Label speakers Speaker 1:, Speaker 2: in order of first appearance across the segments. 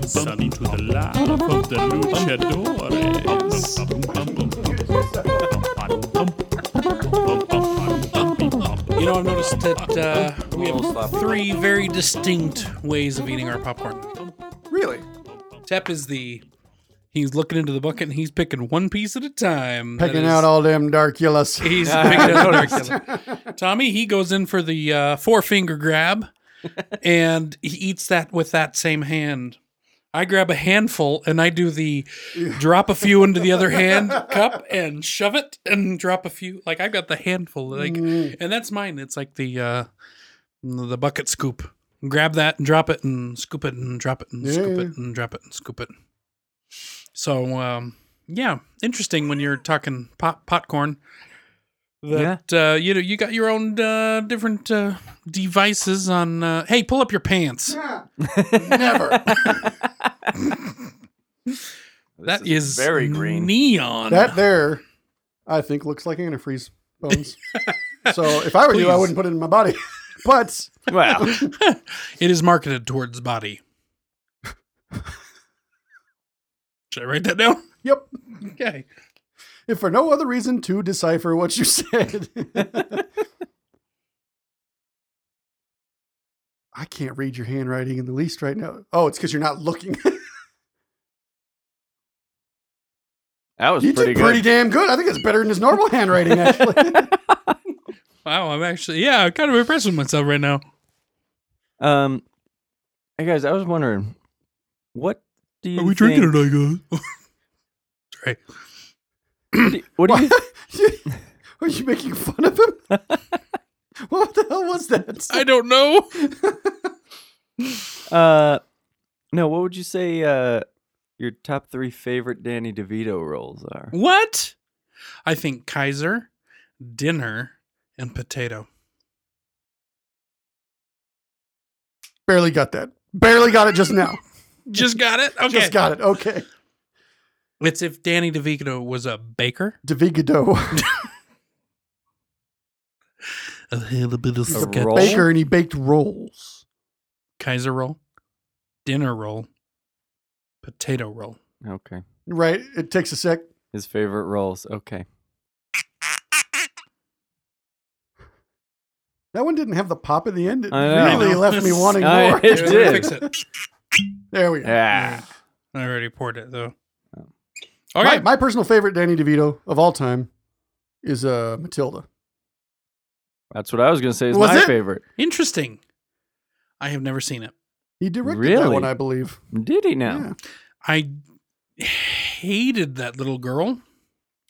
Speaker 1: Listen to the laugh of the luchadores.
Speaker 2: You know, I've noticed that uh, we have three very distinct ways of eating our popcorn.
Speaker 3: Really?
Speaker 2: Tep is the he's looking into the bucket and he's picking one piece at a time. That
Speaker 3: Picking
Speaker 2: is-
Speaker 3: out all them Darkulas.
Speaker 2: He's picking out Dracula. Tommy, he goes in for the uh, four finger grab and he eats that with that same hand. I grab a handful and I do the drop a few into the other hand cup and shove it and drop a few. Like I've got the handful, like,
Speaker 3: Mm.
Speaker 2: and that's mine. It's like the uh, the bucket scoop. Grab that and drop it and scoop it and drop it and scoop
Speaker 3: Yeah.
Speaker 2: it and drop it and scoop it. So um, yeah, interesting when you're talking pot popcorn that uh, you know you got your own uh, different uh, devices on. Uh, hey, pull up your pants.
Speaker 3: Never.
Speaker 2: That
Speaker 4: This
Speaker 2: is
Speaker 4: very green.
Speaker 2: neon.
Speaker 3: That there, I think looks like antifreeze bones. so if I were you, I
Speaker 2: Please.
Speaker 3: wouldn't put it in my body. But
Speaker 4: Wow.
Speaker 2: it is marketed towards body. Should I write that down?
Speaker 3: yep,
Speaker 2: Okay.
Speaker 3: if for no other reason to decipher what you said. I can't read your handwriting in the least right now. Oh, it's because you're not looking.
Speaker 4: That was
Speaker 3: you
Speaker 4: pretty
Speaker 3: did
Speaker 4: good.
Speaker 3: pretty damn good. I think it's better than his normal handwriting, actually.
Speaker 2: Wow, I'm actually yeah, I'm kind of impressed with myself right now.
Speaker 4: Um, hey guys, I was wondering, what do you
Speaker 2: Are we
Speaker 4: think,
Speaker 2: drinking it, I guess? Sorry.
Speaker 4: What do you, what do you
Speaker 3: Are you making fun of him? what the hell was that?
Speaker 2: I don't know.
Speaker 4: uh, no, what would you say uh, your top three favorite Danny DeVito roles are?
Speaker 2: What? I think Kaiser, dinner, and potato.
Speaker 3: Barely got that. Barely got it just now.
Speaker 2: Just got it. Okay.
Speaker 3: Just got it. Okay.
Speaker 2: It's if Danny DeVito was a baker.
Speaker 3: DeVigado.
Speaker 2: A little bit of
Speaker 4: A
Speaker 2: sketch.
Speaker 4: roll?
Speaker 3: Baker and he baked rolls.
Speaker 2: Kaiser roll, dinner roll, potato roll.
Speaker 4: Okay,
Speaker 3: Right. It takes a sec.
Speaker 4: his favorite roles. Okay,
Speaker 3: That one didn't have the pop at the end. It
Speaker 4: I know.
Speaker 3: really
Speaker 2: I know.
Speaker 3: left me wanting
Speaker 4: I-
Speaker 3: more.
Speaker 4: It
Speaker 2: Yeah,
Speaker 4: did.
Speaker 2: Fix it.
Speaker 3: There we go.
Speaker 4: yeah,
Speaker 2: I already poured it though.
Speaker 4: Oh.
Speaker 2: All
Speaker 3: my,
Speaker 2: right.
Speaker 3: my personal favorite Danny DeVito of all time is uh, Matilda.
Speaker 4: that's what I was gonna say. Is
Speaker 3: Was
Speaker 4: my
Speaker 3: it?
Speaker 4: favorite?
Speaker 2: Interesting. I have never seen it.
Speaker 3: He directed
Speaker 4: Really?
Speaker 3: that one, I believe.
Speaker 4: Did he now?
Speaker 3: Yeah.
Speaker 2: I hated that little girl.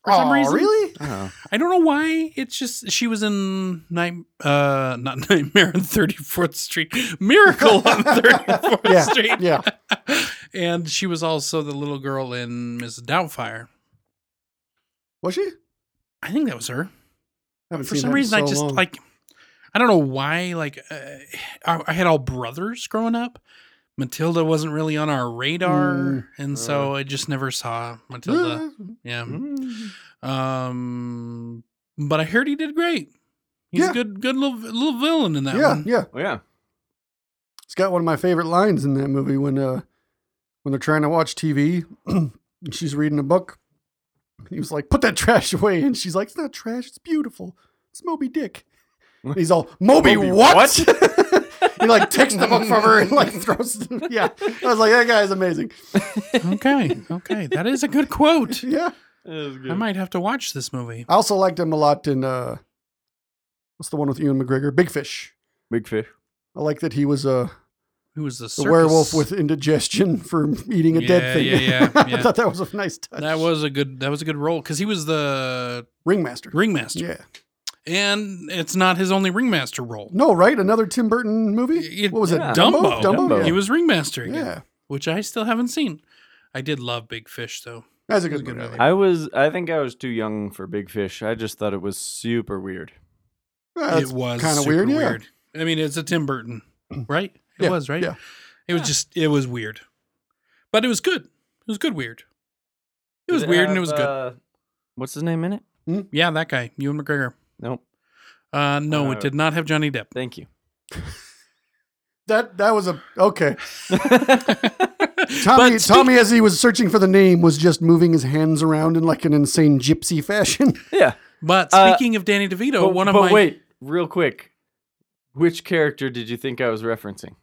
Speaker 2: For some
Speaker 3: Aw,
Speaker 2: reason.
Speaker 3: really?
Speaker 4: Oh.
Speaker 2: I don't know why. It's just she was in night, uh, not Nightmare on Thirty Fourth Street, Miracle on Thirty Fourth
Speaker 3: Yeah,
Speaker 2: Street.
Speaker 3: yeah.
Speaker 2: and she was also the little girl in Miss Doubtfire.
Speaker 3: Was she?
Speaker 2: I think that was her.
Speaker 3: I haven't
Speaker 2: For
Speaker 3: seen
Speaker 2: some
Speaker 3: that in
Speaker 2: reason,
Speaker 3: so
Speaker 2: I just
Speaker 3: long.
Speaker 2: like. I don't know why. Like, uh, I, I had all brothers growing up. Matilda wasn't really on our radar,
Speaker 3: Mm.
Speaker 2: and so I just never saw Matilda.
Speaker 3: Uh,
Speaker 2: Yeah.
Speaker 4: Mm.
Speaker 3: Mm-hmm.
Speaker 2: Um, but I heard he did great. He's
Speaker 3: Yeah.
Speaker 2: a good, good little little villain in that
Speaker 3: yeah,
Speaker 2: one.
Speaker 3: yeah.
Speaker 4: Well, yeah.
Speaker 3: It's got one of my favorite lines in that movie when uh when they're trying to watch TV and she's reading a book. He was like, "Put that trash away," and she's like, "It's not trash. It's beautiful. It's Moby Dick." And he's all, "Moby,
Speaker 4: Moby
Speaker 3: what?" he like takes the book from her and like throws. It. Yeah, I was like, "That guy's amazing."
Speaker 2: okay, okay, that is a good quote.
Speaker 3: Yeah,
Speaker 2: I might have to watch this movie.
Speaker 3: I also liked him a lot in uh, what's the one with Ewan McGregor? Big Fish.
Speaker 4: Big fish.
Speaker 3: I like that he was uh,
Speaker 2: Who was the,
Speaker 3: the
Speaker 2: circus-
Speaker 3: werewolf with indigestion for eating a
Speaker 2: Yeah,
Speaker 3: dead thing.
Speaker 2: yeah, yeah,
Speaker 3: I
Speaker 2: yeah.
Speaker 3: thought that was a nice touch.
Speaker 2: that was a good that was a good role because he was the
Speaker 3: ringmaster.
Speaker 2: ringmaster,
Speaker 3: Yeah.
Speaker 2: and it's not his only ringmaster role.
Speaker 3: No, right? Another Tim Burton movie?
Speaker 2: It-
Speaker 3: what was
Speaker 4: yeah.
Speaker 3: it? Dumbo?
Speaker 2: Uh, Dumbo.
Speaker 4: Dumbo.
Speaker 3: Yeah.
Speaker 2: He was ringmaster again,
Speaker 3: yeah.
Speaker 2: which I still haven't seen. I did love Big Fish though.
Speaker 3: That's a
Speaker 2: It was
Speaker 3: good,
Speaker 2: a good
Speaker 3: movie.
Speaker 2: movie.
Speaker 4: I was. I think I was too young for Big Fish. I just thought it was super weird.
Speaker 2: it was
Speaker 3: kind of
Speaker 2: super
Speaker 3: weird. Yeah. Mm.
Speaker 2: I mean, it's a Tim Burton, right? It
Speaker 3: Yeah,
Speaker 2: was right.
Speaker 3: yeah.
Speaker 2: It was just it was weird, but it was good. It was good weird. It was
Speaker 4: Did
Speaker 2: weird and it
Speaker 4: have,
Speaker 2: was good.
Speaker 4: uh, What's his name in it?
Speaker 2: Yeah, that guy, Ewan McGregor.
Speaker 4: Nope.
Speaker 2: Uh, no,
Speaker 4: Uh,
Speaker 2: it did not have Johnny Depp.
Speaker 4: Thank you.
Speaker 3: That that was a okay. Tommy
Speaker 2: But
Speaker 3: Tommy as he was searching for the name was just moving his hands around in like an insane gypsy fashion.
Speaker 4: Yeah.
Speaker 2: But
Speaker 4: Uh,
Speaker 2: speaking of Danny DeVito,
Speaker 4: but,
Speaker 2: one of
Speaker 4: but
Speaker 2: my
Speaker 4: wait, real quick. Which character did you think I was referencing?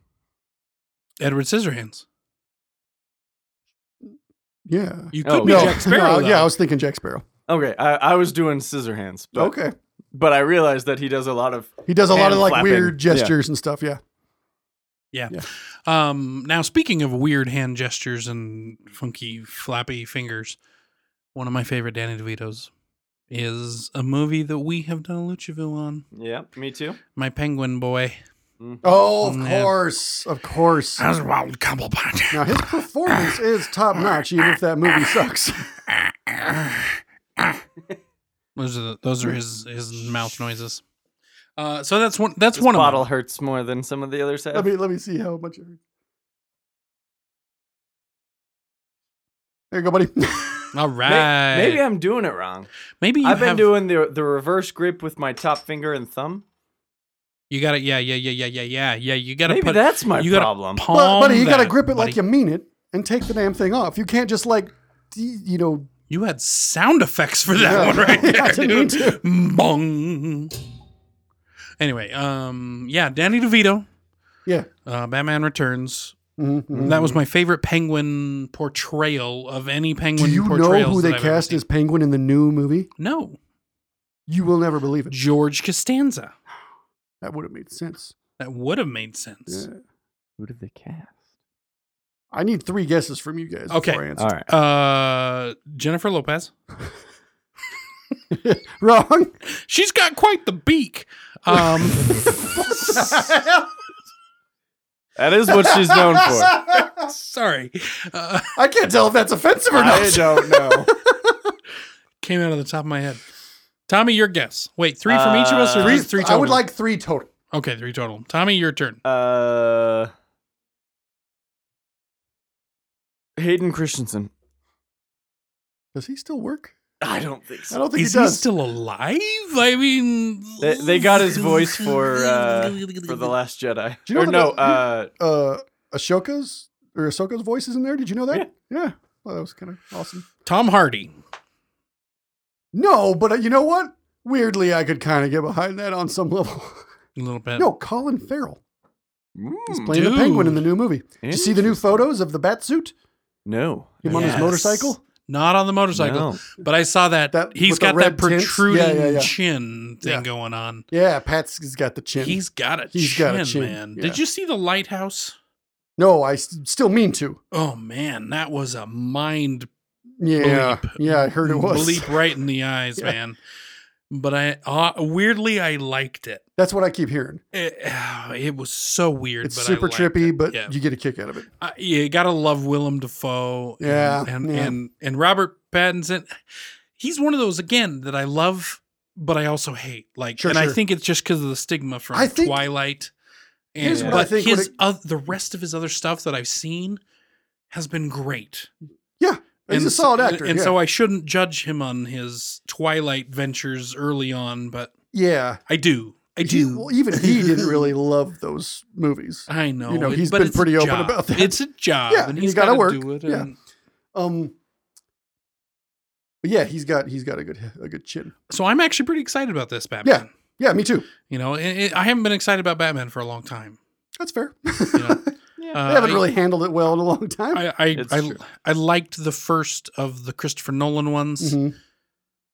Speaker 2: Edward Scissorhands.
Speaker 3: Yeah.
Speaker 2: You could
Speaker 4: Oh,
Speaker 2: be
Speaker 4: no.
Speaker 2: Jack Sparrow.
Speaker 3: no, yeah, I
Speaker 2: though.
Speaker 3: was thinking Jack Sparrow.
Speaker 4: Okay, I, I was doing Scissorhands, but
Speaker 3: okay.
Speaker 4: but I realized that he does a lot of
Speaker 3: He does a lot
Speaker 4: hand
Speaker 3: of like
Speaker 4: flapping.
Speaker 3: weird
Speaker 4: Yeah.
Speaker 3: gestures and stuff, yeah.
Speaker 2: Yeah.
Speaker 3: Yeah.
Speaker 2: Um, now, speaking of weird hand gestures and funky, flappy fingers, one of my favorite Danny DeVito's is a movie that we have done a Luchaville on
Speaker 4: Yeah, me too.
Speaker 2: My Penguin Boy.
Speaker 3: Oh, of
Speaker 2: Yeah.
Speaker 3: course. Of course.
Speaker 2: Oswald Cobblepot.
Speaker 3: Now his performance is top notch, even if that movie sucks.
Speaker 2: Those are, the, those are his, his mouth noises. Uh, so that's one. That's
Speaker 4: This
Speaker 2: one
Speaker 4: bottle
Speaker 2: of
Speaker 4: hurts more than some of the others have.
Speaker 3: let me let me see how much. it- There you go, buddy.
Speaker 2: them. All
Speaker 4: May-
Speaker 2: right.
Speaker 4: Maybe I'm doing it wrong.
Speaker 2: Maybe you
Speaker 4: I've been
Speaker 2: have-
Speaker 4: doing the the reverse grip with my top finger and thumb.
Speaker 2: You got to Yeah. Yeah. Yeah. Yeah. Yeah. Yeah. Yeah. You got to
Speaker 4: Maybe
Speaker 2: put.
Speaker 4: that's my
Speaker 2: you gotta
Speaker 4: problem.
Speaker 2: palm
Speaker 3: but, buddy, you got to
Speaker 2: that,
Speaker 3: grip it
Speaker 2: buddy.
Speaker 3: like you mean it and take the damn thing off. You can't just like, d- you know,
Speaker 2: You had sound effects for that
Speaker 3: Yeah.
Speaker 2: one right
Speaker 3: Yeah,
Speaker 2: there,
Speaker 3: I didn't
Speaker 2: dude.
Speaker 3: mean
Speaker 2: Bong. Anyway, um, yeah, Danny DeVito,
Speaker 3: yeah.
Speaker 2: uh, Batman Returns.
Speaker 3: Mhm, mhm.
Speaker 2: That was my favorite Penguin portrayal of any Penguin.
Speaker 3: Do you know
Speaker 2: portrayals
Speaker 3: who
Speaker 2: that
Speaker 3: they
Speaker 2: I've ever
Speaker 3: cast
Speaker 2: seen.
Speaker 3: as Penguin in the new movie?
Speaker 2: No,
Speaker 3: You will never believe it.
Speaker 2: George Costanza.
Speaker 3: That would have made sense.
Speaker 2: That would have made sense.
Speaker 3: Yeah.
Speaker 4: Who did they cast?
Speaker 3: I need three guesses from you guys
Speaker 2: Okay.
Speaker 3: before I answer.
Speaker 4: All right.
Speaker 2: Uh, Jennifer Lopez.
Speaker 3: Wrong.
Speaker 2: She's got quite the beak. Um,
Speaker 4: That is what she's known for.
Speaker 2: sorry, uh,
Speaker 3: I can't tell if that's offensive or
Speaker 4: I
Speaker 3: not.
Speaker 4: don't know.
Speaker 2: came out of the top of my head. Tommy, your guess. Wait, three from each of us, or
Speaker 4: Uh,
Speaker 2: three,
Speaker 3: Three,
Speaker 2: three
Speaker 3: I
Speaker 2: total?
Speaker 3: would like three total.
Speaker 2: Okay, three total. Tommy, your turn.
Speaker 4: Uh, Hayden Christensen.
Speaker 3: Does he still work?
Speaker 4: I don't think
Speaker 3: I don't think
Speaker 2: Is
Speaker 3: he
Speaker 2: he
Speaker 3: does.
Speaker 2: still alive? I mean,
Speaker 4: They, they got his voice for uh, for the Last Jedi.
Speaker 3: Do you
Speaker 4: or
Speaker 3: know
Speaker 4: no,
Speaker 3: that-
Speaker 4: uh,
Speaker 3: uh Ashoka's or Ahsoka's voice is in there. Did you know that? Yeah. Well, that was kind of awesome.
Speaker 2: Tom Hardy.
Speaker 3: No, but uh, you know what? Weirdly, I could kind of get behind that on some level.
Speaker 2: A little bit.
Speaker 3: no, Colin Farrell is
Speaker 4: mm,
Speaker 3: playing the penguin in the
Speaker 2: Hmm, dude.
Speaker 3: new movie. Did you see the new
Speaker 4: interesting.
Speaker 3: photos of the bat suit?
Speaker 4: No,
Speaker 3: Him on his
Speaker 2: Yes.
Speaker 3: motorcycle?
Speaker 2: Not on the motorcycle,
Speaker 4: No.
Speaker 2: but I saw that,
Speaker 3: That-
Speaker 2: he's
Speaker 3: with the
Speaker 2: got that
Speaker 3: red tints? Yeah,
Speaker 2: protruding
Speaker 3: yeah, yeah.
Speaker 2: chin thing
Speaker 3: Yeah.
Speaker 2: going on.
Speaker 3: Yeah, Pat's has got the chin.
Speaker 2: He's got a
Speaker 3: He's
Speaker 2: chin,
Speaker 3: got a chin,
Speaker 2: man.
Speaker 3: yeah.
Speaker 2: Did you see the lighthouse?
Speaker 3: no, I s- still mean to.
Speaker 2: Oh man, that was a mind
Speaker 3: Yeah.
Speaker 2: Bleep.
Speaker 3: Yeah, I heard it was.
Speaker 2: bleep right in the eyes,
Speaker 3: Yeah.
Speaker 2: man. But I uh, weirdly I liked it.
Speaker 3: That's what I keep hearing.
Speaker 2: It, it was so weird.
Speaker 3: It's
Speaker 2: but I
Speaker 3: super
Speaker 2: liked
Speaker 3: trippy,
Speaker 2: it.
Speaker 3: but
Speaker 2: Yeah.
Speaker 3: you get a kick out of it.
Speaker 2: I, Uh, you gotta love Willem Dafoe. and-
Speaker 3: Yeah,
Speaker 2: and
Speaker 3: yeah.
Speaker 2: and and Robert Pattinson. He's one of those again that I love, but I also hate. Like,
Speaker 3: Sure,
Speaker 2: and I
Speaker 3: sure.
Speaker 2: think it's just because of the stigma from
Speaker 3: I think-
Speaker 2: Twilight. And,
Speaker 3: Here's
Speaker 4: what
Speaker 2: but
Speaker 3: I think what
Speaker 2: his
Speaker 3: it-
Speaker 2: oth- the rest of his other stuff that I've seen has been great.
Speaker 3: He's a
Speaker 2: And
Speaker 3: solid
Speaker 2: so-
Speaker 3: actor.
Speaker 2: and
Speaker 3: yeah.
Speaker 2: so I shouldn't judge him on his Twilight ventures early on, but
Speaker 3: yeah.
Speaker 2: I do. I
Speaker 3: He-
Speaker 2: do.
Speaker 3: well, even he didn't really love those movies.
Speaker 2: I know.
Speaker 3: You know,
Speaker 2: it-
Speaker 3: he's
Speaker 2: but
Speaker 3: been
Speaker 2: it's a
Speaker 3: pretty open
Speaker 2: job.
Speaker 3: about that.
Speaker 2: It's a job,
Speaker 3: Yeah,
Speaker 2: and
Speaker 3: you
Speaker 2: he's got
Speaker 3: gotta
Speaker 2: to
Speaker 3: work.
Speaker 2: do it.
Speaker 3: Yeah.
Speaker 2: and-
Speaker 3: Um, but yeah, he's got he's got a good a good chin.
Speaker 2: So I'm actually pretty excited about this Batman.
Speaker 3: Yeah, me too.
Speaker 2: You know, it, it- I haven't been excited about Batman for a long time.
Speaker 3: That's fair.
Speaker 2: You know?
Speaker 3: I haven't really handled it well in a long time.
Speaker 2: Uh, I I,
Speaker 4: It's
Speaker 2: I,
Speaker 4: true.
Speaker 2: I liked the first of the Christopher Nolan ones.
Speaker 3: Mhm.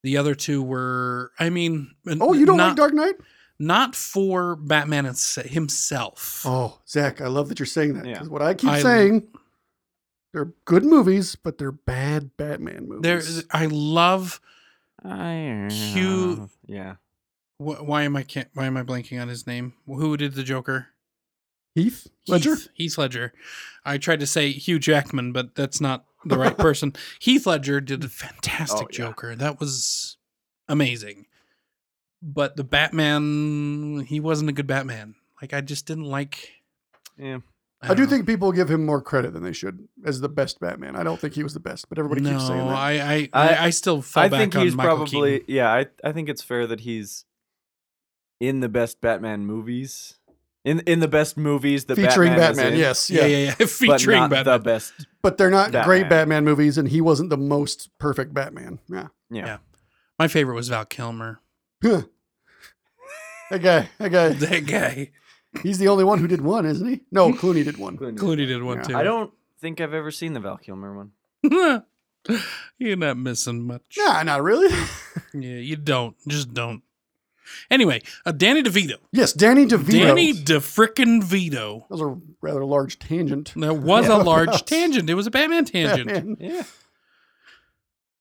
Speaker 2: The other two were, I mean, n-
Speaker 3: Oh, you don't
Speaker 2: not,
Speaker 3: like Dark Knight?
Speaker 2: not for Batman its- himself.
Speaker 3: Oh, Zach, I love that you're saying that
Speaker 4: Yeah.
Speaker 3: because what I keep
Speaker 2: I-
Speaker 3: saying, they're good movies, but they're bad Batman movies.
Speaker 2: There, I love.
Speaker 4: I,
Speaker 2: Hugh-
Speaker 4: Uh, Yeah.
Speaker 2: Wh- why am I can't? Why am I blanking on his name? Who did the Joker?
Speaker 3: Heath Ledger.
Speaker 2: Heath, Heath Ledger. I tried to say Hugh Jackman, but that's not the right person. Heath Ledger did a fantastic
Speaker 4: Oh, yeah.
Speaker 2: Joker. That was amazing. But the Batman, he wasn't a good Batman. Like I just didn't like
Speaker 4: Yeah.
Speaker 3: I do
Speaker 2: don't know.
Speaker 3: think people give him more credit than they should as the best Batman. I don't think he was the best, but everybody
Speaker 2: no,
Speaker 3: keeps saying that.
Speaker 2: I, I,
Speaker 4: I-
Speaker 2: I, I still fell
Speaker 4: I
Speaker 2: back
Speaker 4: think
Speaker 2: on
Speaker 4: he's
Speaker 2: Michael
Speaker 4: probably
Speaker 2: Keaton.
Speaker 4: yeah. I I think it's fair that he's in the best Batman movies, in in the best movies that
Speaker 3: Featuring
Speaker 4: Batman, is
Speaker 3: Batman,
Speaker 4: in,
Speaker 3: yes, yeah.
Speaker 2: Yeah, yeah, yeah.
Speaker 4: but
Speaker 2: Featuring
Speaker 4: not
Speaker 2: Batman.
Speaker 4: the best.
Speaker 3: But they're not great
Speaker 4: Batman.
Speaker 3: Batman movies, and he wasn't the most perfect Batman. Yeah,
Speaker 4: Yeah,
Speaker 2: My favorite was Val Kilmer.
Speaker 3: Huh. that guy, that guy.
Speaker 2: That guy.
Speaker 3: He's the only one who did one, isn't he? No, Clooney did one.
Speaker 2: Clooney did one
Speaker 3: Yeah.
Speaker 2: too.
Speaker 4: I don't think I've ever seen the Val Kilmer one.
Speaker 2: You're not missing much.
Speaker 3: Nah, not really.
Speaker 2: Yeah, you don't. Just don't. Anyway, uh, Danny DeVito.
Speaker 3: yes, Danny DeVito.
Speaker 2: Danny DeFrickin' Vito.
Speaker 3: That was a rather large tangent.
Speaker 2: That was
Speaker 3: Yeah,
Speaker 2: a large
Speaker 3: that was-
Speaker 2: tangent. It was a Batman tangent.
Speaker 3: Batman.
Speaker 4: Yeah.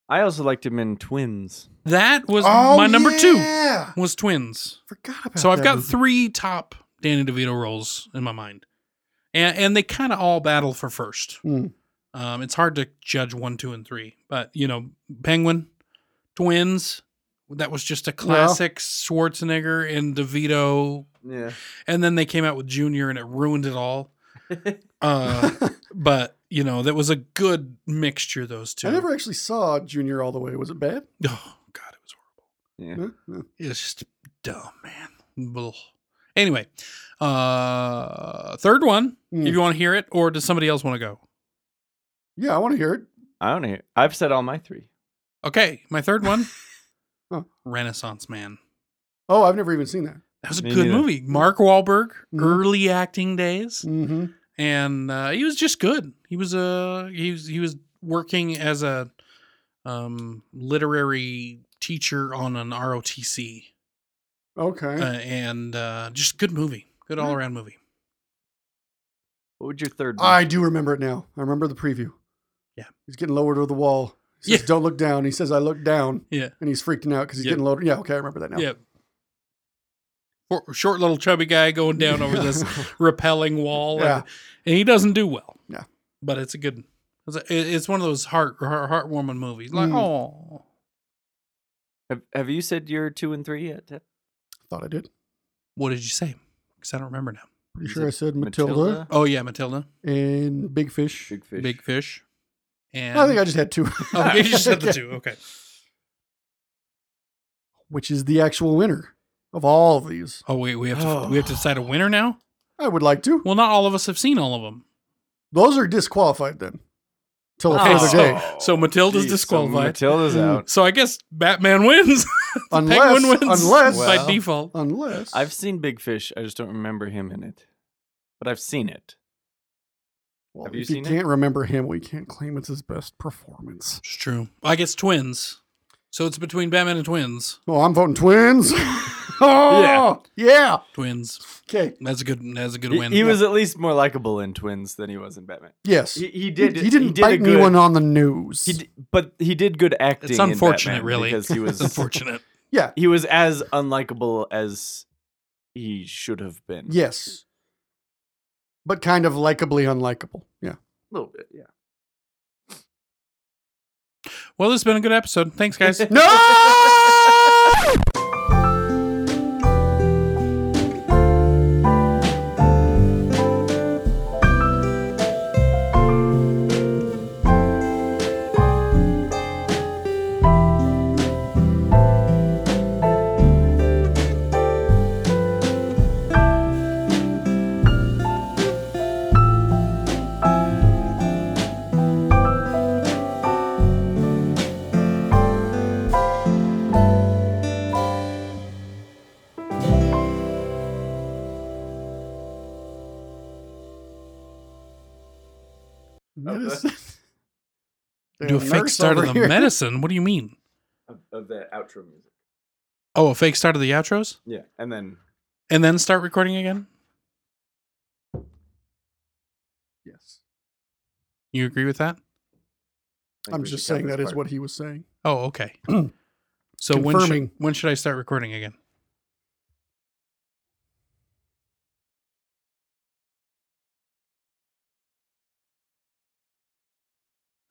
Speaker 4: I also liked him in Twins.
Speaker 2: That was
Speaker 3: Oh,
Speaker 2: my number two.
Speaker 3: Yeah,
Speaker 2: Was twins.
Speaker 3: forgot about.
Speaker 2: so I've
Speaker 3: that
Speaker 2: got
Speaker 3: movie.
Speaker 2: three top Danny DeVito roles in my mind, and and they kind of all battle for first.
Speaker 3: Hmm.
Speaker 2: Um, it's hard to judge one, two, and three, but you know, Penguin, Twins. That was just a classic Schwarzenegger and DeVito
Speaker 4: Yeah.
Speaker 2: and then they came out with Junior, and it ruined it all. Uh, but you know that was a good mixture. Those two.
Speaker 3: I never actually saw Junior all the way. Was it bad?
Speaker 2: Oh God, it was horrible.
Speaker 4: Yeah.
Speaker 3: Huh? No.
Speaker 2: It's just dumb, man. Blah. Anyway, uh, third one.
Speaker 3: Hmm.
Speaker 2: If you want to hear it, or does somebody else want to go?
Speaker 3: Yeah, I want to hear it.
Speaker 4: I don't know. I've said all my three.
Speaker 2: Okay, my third one.
Speaker 3: Oh.
Speaker 2: Renaissance Man.
Speaker 3: Oh, I've never even seen that.
Speaker 2: That was a
Speaker 4: Me
Speaker 2: good
Speaker 4: neither.
Speaker 2: movie. Mark Wahlberg,
Speaker 3: Mhm.
Speaker 2: early acting days.
Speaker 3: Mm-hmm.
Speaker 2: and uh, he was just good. He was uh, he was he was working as a um, literary teacher on an ROTC, uh,
Speaker 3: Okay.
Speaker 2: and uh, just good movie, good all around movie.
Speaker 4: What would your third one?
Speaker 3: I do remember it now. I remember the preview.
Speaker 2: Yeah.
Speaker 3: He's getting lowered over the wall. He says,
Speaker 2: Yeah.
Speaker 3: Don't look down. He says, I look down.
Speaker 2: Yeah.
Speaker 3: And he's freaking out because he's
Speaker 2: Yeah.
Speaker 3: getting lowered. Yeah, okay, I remember that now.
Speaker 2: Yeah, Short- short little chubby guy going down over this repelling wall,
Speaker 3: Yeah.
Speaker 2: and, and he doesn't do well.
Speaker 3: Yeah.
Speaker 2: but it's a good. It's, a- it- it's one of those heart heart- heartwarming movies. Like
Speaker 3: Mm.
Speaker 2: oh,
Speaker 4: have, have you said your two and three yet? Ted?
Speaker 3: Thought I did.
Speaker 2: what did you say? Because I don't remember now.
Speaker 3: Pretty
Speaker 4: Is
Speaker 3: sure I
Speaker 4: it
Speaker 3: said Matilda,
Speaker 2: Oh yeah, Matilda,
Speaker 3: and Big Fish.
Speaker 4: Big fish.
Speaker 2: Big Fish, and
Speaker 3: I think I just had two.
Speaker 2: Okay, you Oh, just said the two. Okay.
Speaker 3: Which is the actual winner of all of these.
Speaker 2: Oh wait, we have to we have to decide a winner now.
Speaker 3: I would like to.
Speaker 2: Well, not all of us have seen all of them.
Speaker 3: Those are disqualified then. Till a
Speaker 2: Okay,
Speaker 4: Oh.
Speaker 3: further
Speaker 2: so-
Speaker 3: day.
Speaker 2: so Matilda's
Speaker 4: geez,
Speaker 2: disqualified. Mm.
Speaker 4: Matilda's out.
Speaker 2: So I guess Batman wins.
Speaker 3: Unless,
Speaker 2: Penguin wins
Speaker 3: unless,
Speaker 4: Well-
Speaker 2: by default.
Speaker 3: unless.
Speaker 4: I've seen Big Fish. I just don't remember him in it. But I've seen it.
Speaker 3: well,
Speaker 4: have you
Speaker 3: if you
Speaker 4: seen it?
Speaker 3: can't remember him, we can't claim it's his best performance.
Speaker 2: It's true. I guess twins. So it's between Batman and twins.
Speaker 3: Oh, I'm voting twins. oh, yeah. Yeah.
Speaker 2: Twins.
Speaker 3: Okay.
Speaker 2: That's a good. That's a good
Speaker 4: He,
Speaker 2: win.
Speaker 4: he was at least more likable in Twins than he was in Batman.
Speaker 3: Yes.
Speaker 4: He, he
Speaker 3: He,
Speaker 4: did.
Speaker 3: he didn't
Speaker 4: he did a
Speaker 3: bite
Speaker 4: good,
Speaker 3: anyone on the news.
Speaker 4: He d- but he did good acting.
Speaker 2: It's
Speaker 4: in
Speaker 2: unfortunate,
Speaker 4: Batman
Speaker 2: really.
Speaker 4: because he
Speaker 2: It's
Speaker 4: was
Speaker 2: unfortunate.
Speaker 3: yeah.
Speaker 4: he was as unlikable as he should have been.
Speaker 3: Yes. But kind of likably unlikable. Yeah.
Speaker 4: a little bit. Yeah.
Speaker 2: Well, this has been a good episode. Thanks, guys.
Speaker 4: Oh,
Speaker 3: No! Medicine.
Speaker 2: Do a fake start of the medicine. What do you mean?
Speaker 4: Of, of the outro music.
Speaker 2: Oh, a fake start of the outros,
Speaker 4: Yeah, and then
Speaker 2: and then start recording again.
Speaker 3: Yes.
Speaker 2: You agree with that?
Speaker 4: I
Speaker 3: I'm
Speaker 4: think we
Speaker 3: just
Speaker 4: got
Speaker 3: saying
Speaker 4: this
Speaker 3: that is
Speaker 4: part.
Speaker 3: what he was saying.
Speaker 2: Oh, okay. so when
Speaker 3: Confirming.
Speaker 2: should, when should I start recording again?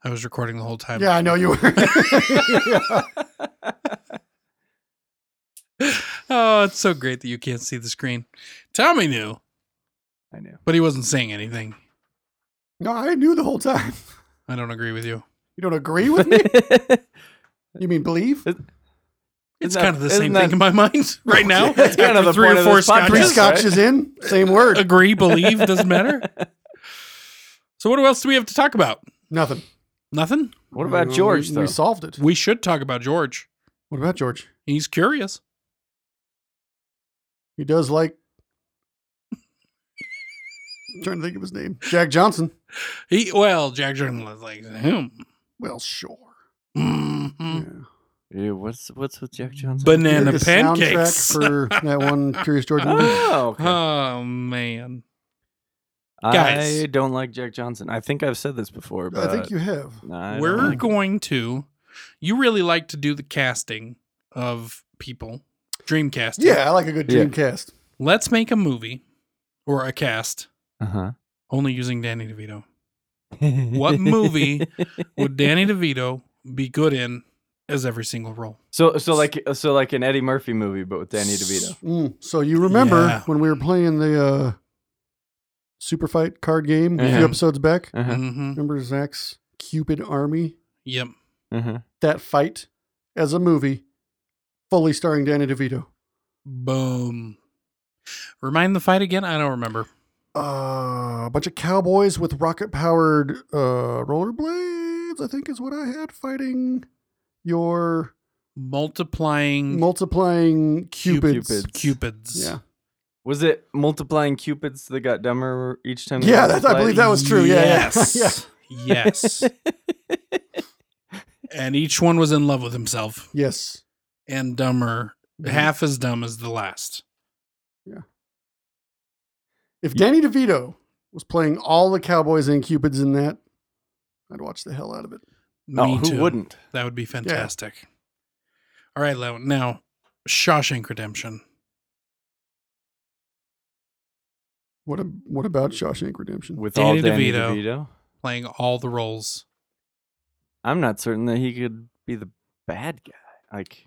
Speaker 2: I was recording the whole time.
Speaker 3: Yeah, I know you were.
Speaker 2: Oh, it's so great that you can't see the screen. Tommy knew.
Speaker 4: I knew.
Speaker 2: but he wasn't saying anything.
Speaker 3: No, I knew the whole time.
Speaker 2: I don't agree with you.
Speaker 3: You don't agree with me? you mean believe?
Speaker 2: It's
Speaker 4: Isn't that-
Speaker 2: kind of the
Speaker 4: isn't
Speaker 2: same
Speaker 4: that-
Speaker 2: thing in my mind right now.
Speaker 4: That's kind of
Speaker 2: After
Speaker 4: the
Speaker 2: three
Speaker 4: point
Speaker 2: or
Speaker 4: of
Speaker 2: four
Speaker 4: this podcast,
Speaker 3: Three
Speaker 4: Yes,
Speaker 2: scotches.
Speaker 4: right?
Speaker 3: scotches in, same word.
Speaker 2: Agree, believe, doesn't matter. So what else do we have to talk about?
Speaker 3: Nothing.
Speaker 2: Nothing.
Speaker 4: What
Speaker 3: You
Speaker 4: about
Speaker 3: know,
Speaker 4: George
Speaker 3: we,
Speaker 4: though?
Speaker 3: We solved it.
Speaker 2: We should talk about George.
Speaker 3: What about George?
Speaker 2: He's curious.
Speaker 3: He does like. I'm trying to think of his name. Jack Johnson.
Speaker 2: He well, Jack Jordan was like hmm, him.
Speaker 3: Well, sure.
Speaker 4: Mm.
Speaker 2: Mhm.
Speaker 3: Yeah.
Speaker 4: Yeah, what's what's with Jack Johnson?
Speaker 3: Did
Speaker 2: Banana
Speaker 3: the
Speaker 2: pancakes.
Speaker 3: soundtrack for that one Curious George movie.
Speaker 4: Oh, okay.
Speaker 2: Oh man.
Speaker 4: I
Speaker 2: guys.
Speaker 4: don't like Jack Johnson. I think I've said this before,
Speaker 3: I
Speaker 4: but
Speaker 3: think you have.
Speaker 4: I don't
Speaker 2: We're
Speaker 4: like-
Speaker 2: going to you really like to do the casting of people. Dream casting.
Speaker 3: Yeah, I like a good
Speaker 4: Yeah.
Speaker 3: dream cast.
Speaker 2: Let's make a movie or a cast
Speaker 4: uh-huh.
Speaker 2: only using Danny DeVito. What movie Would Danny DeVito be good in as every single role?
Speaker 4: So so like so like an Eddie Murphy movie, but with Danny DeVito.
Speaker 3: Mm, so you remember
Speaker 2: Yeah.
Speaker 3: when we were playing the uh, Super Fight card game a
Speaker 4: Yeah.
Speaker 3: few episodes back?
Speaker 4: Uh-huh.
Speaker 2: hmm
Speaker 3: Remember Zach's Cupid Army?
Speaker 2: Yep.
Speaker 4: Uh-huh.
Speaker 3: That fight as a movie, fully starring Danny DeVito.
Speaker 2: Boom. Remind the fight again? I don't remember.
Speaker 3: Uh, a bunch of cowboys with rocket powered uh, rollerblades, I think is what I had, fighting your
Speaker 2: Multiplying
Speaker 3: multiplying cupids.
Speaker 4: Cupids.
Speaker 2: Mm. cupids.
Speaker 3: Yeah.
Speaker 4: Was it multiplying cupids that got dumber each time? they
Speaker 3: Yeah, that, I
Speaker 4: multiplied?
Speaker 3: believe that was true. Yeah, yeah.
Speaker 2: Yes.
Speaker 3: yeah.
Speaker 2: Yes. and each one was in love with himself
Speaker 3: Yes.
Speaker 2: and dumber,
Speaker 3: Mhm.
Speaker 2: half as dumb as the last.
Speaker 3: If Danny DeVito was playing all the cowboys and cupids in that, I'd watch the hell out of it. Oh,
Speaker 4: No,
Speaker 2: Me
Speaker 4: who
Speaker 2: too.
Speaker 4: wouldn't?
Speaker 2: That would be fantastic. All right, Lou. Now, Shawshank Redemption.
Speaker 3: What a, what about Shawshank Redemption?
Speaker 4: With
Speaker 2: Danny
Speaker 4: all Danny
Speaker 2: DeVito.
Speaker 4: DeVito.
Speaker 2: playing all the roles.
Speaker 4: I'm not certain that he could be the bad guy. Like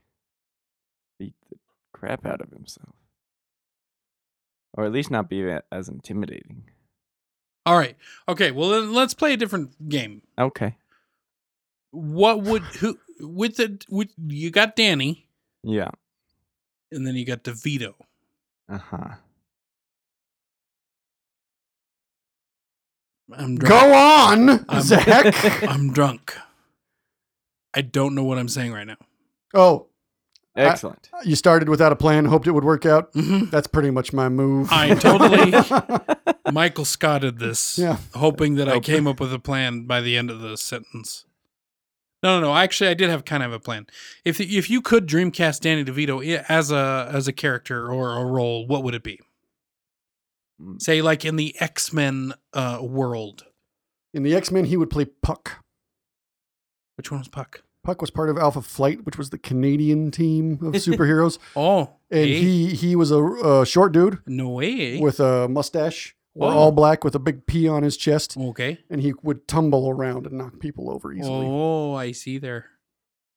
Speaker 4: beat the crap out of himself. Or at least not be a- as intimidating.
Speaker 2: All right. Okay. Well, then let's play a different game.
Speaker 4: Okay.
Speaker 2: What would who with the with you got Danny
Speaker 4: Yeah.
Speaker 2: and then you got DeVito.
Speaker 4: Uh-huh.
Speaker 2: I'm drunk.
Speaker 3: Go on,
Speaker 2: I'm-
Speaker 3: Zach.
Speaker 2: I'm drunk. I don't know what I'm saying right now.
Speaker 3: oh,
Speaker 4: Excellent.
Speaker 3: you started without a plan, hoped it would work out.
Speaker 2: Mhm.
Speaker 3: That's pretty much my move.
Speaker 2: I totally- Michael Scotted this,
Speaker 3: Yeah.
Speaker 2: hoping that I
Speaker 4: Hope-
Speaker 2: came up with a plan by the end of the sentence. No, no, no. Actually, I did have kind of a plan. If if you could Dreamcast Danny DeVito i- as a as a character or a role, what would it be?
Speaker 4: Mm.
Speaker 2: Say like in the X Men uh, world.
Speaker 3: In the X Men, he would play Puck.
Speaker 2: Which one was Puck?
Speaker 3: Puck was part of Alpha Flight, which was the Canadian team of superheroes,
Speaker 2: Oh,
Speaker 3: and
Speaker 2: eh?
Speaker 3: he he was a, a short dude
Speaker 2: no way.
Speaker 3: with a mustache, or
Speaker 2: Oh.
Speaker 3: all black with a big P on his chest,
Speaker 2: okay.
Speaker 3: and he would tumble around and knock people over easily.
Speaker 2: Oh, I see there.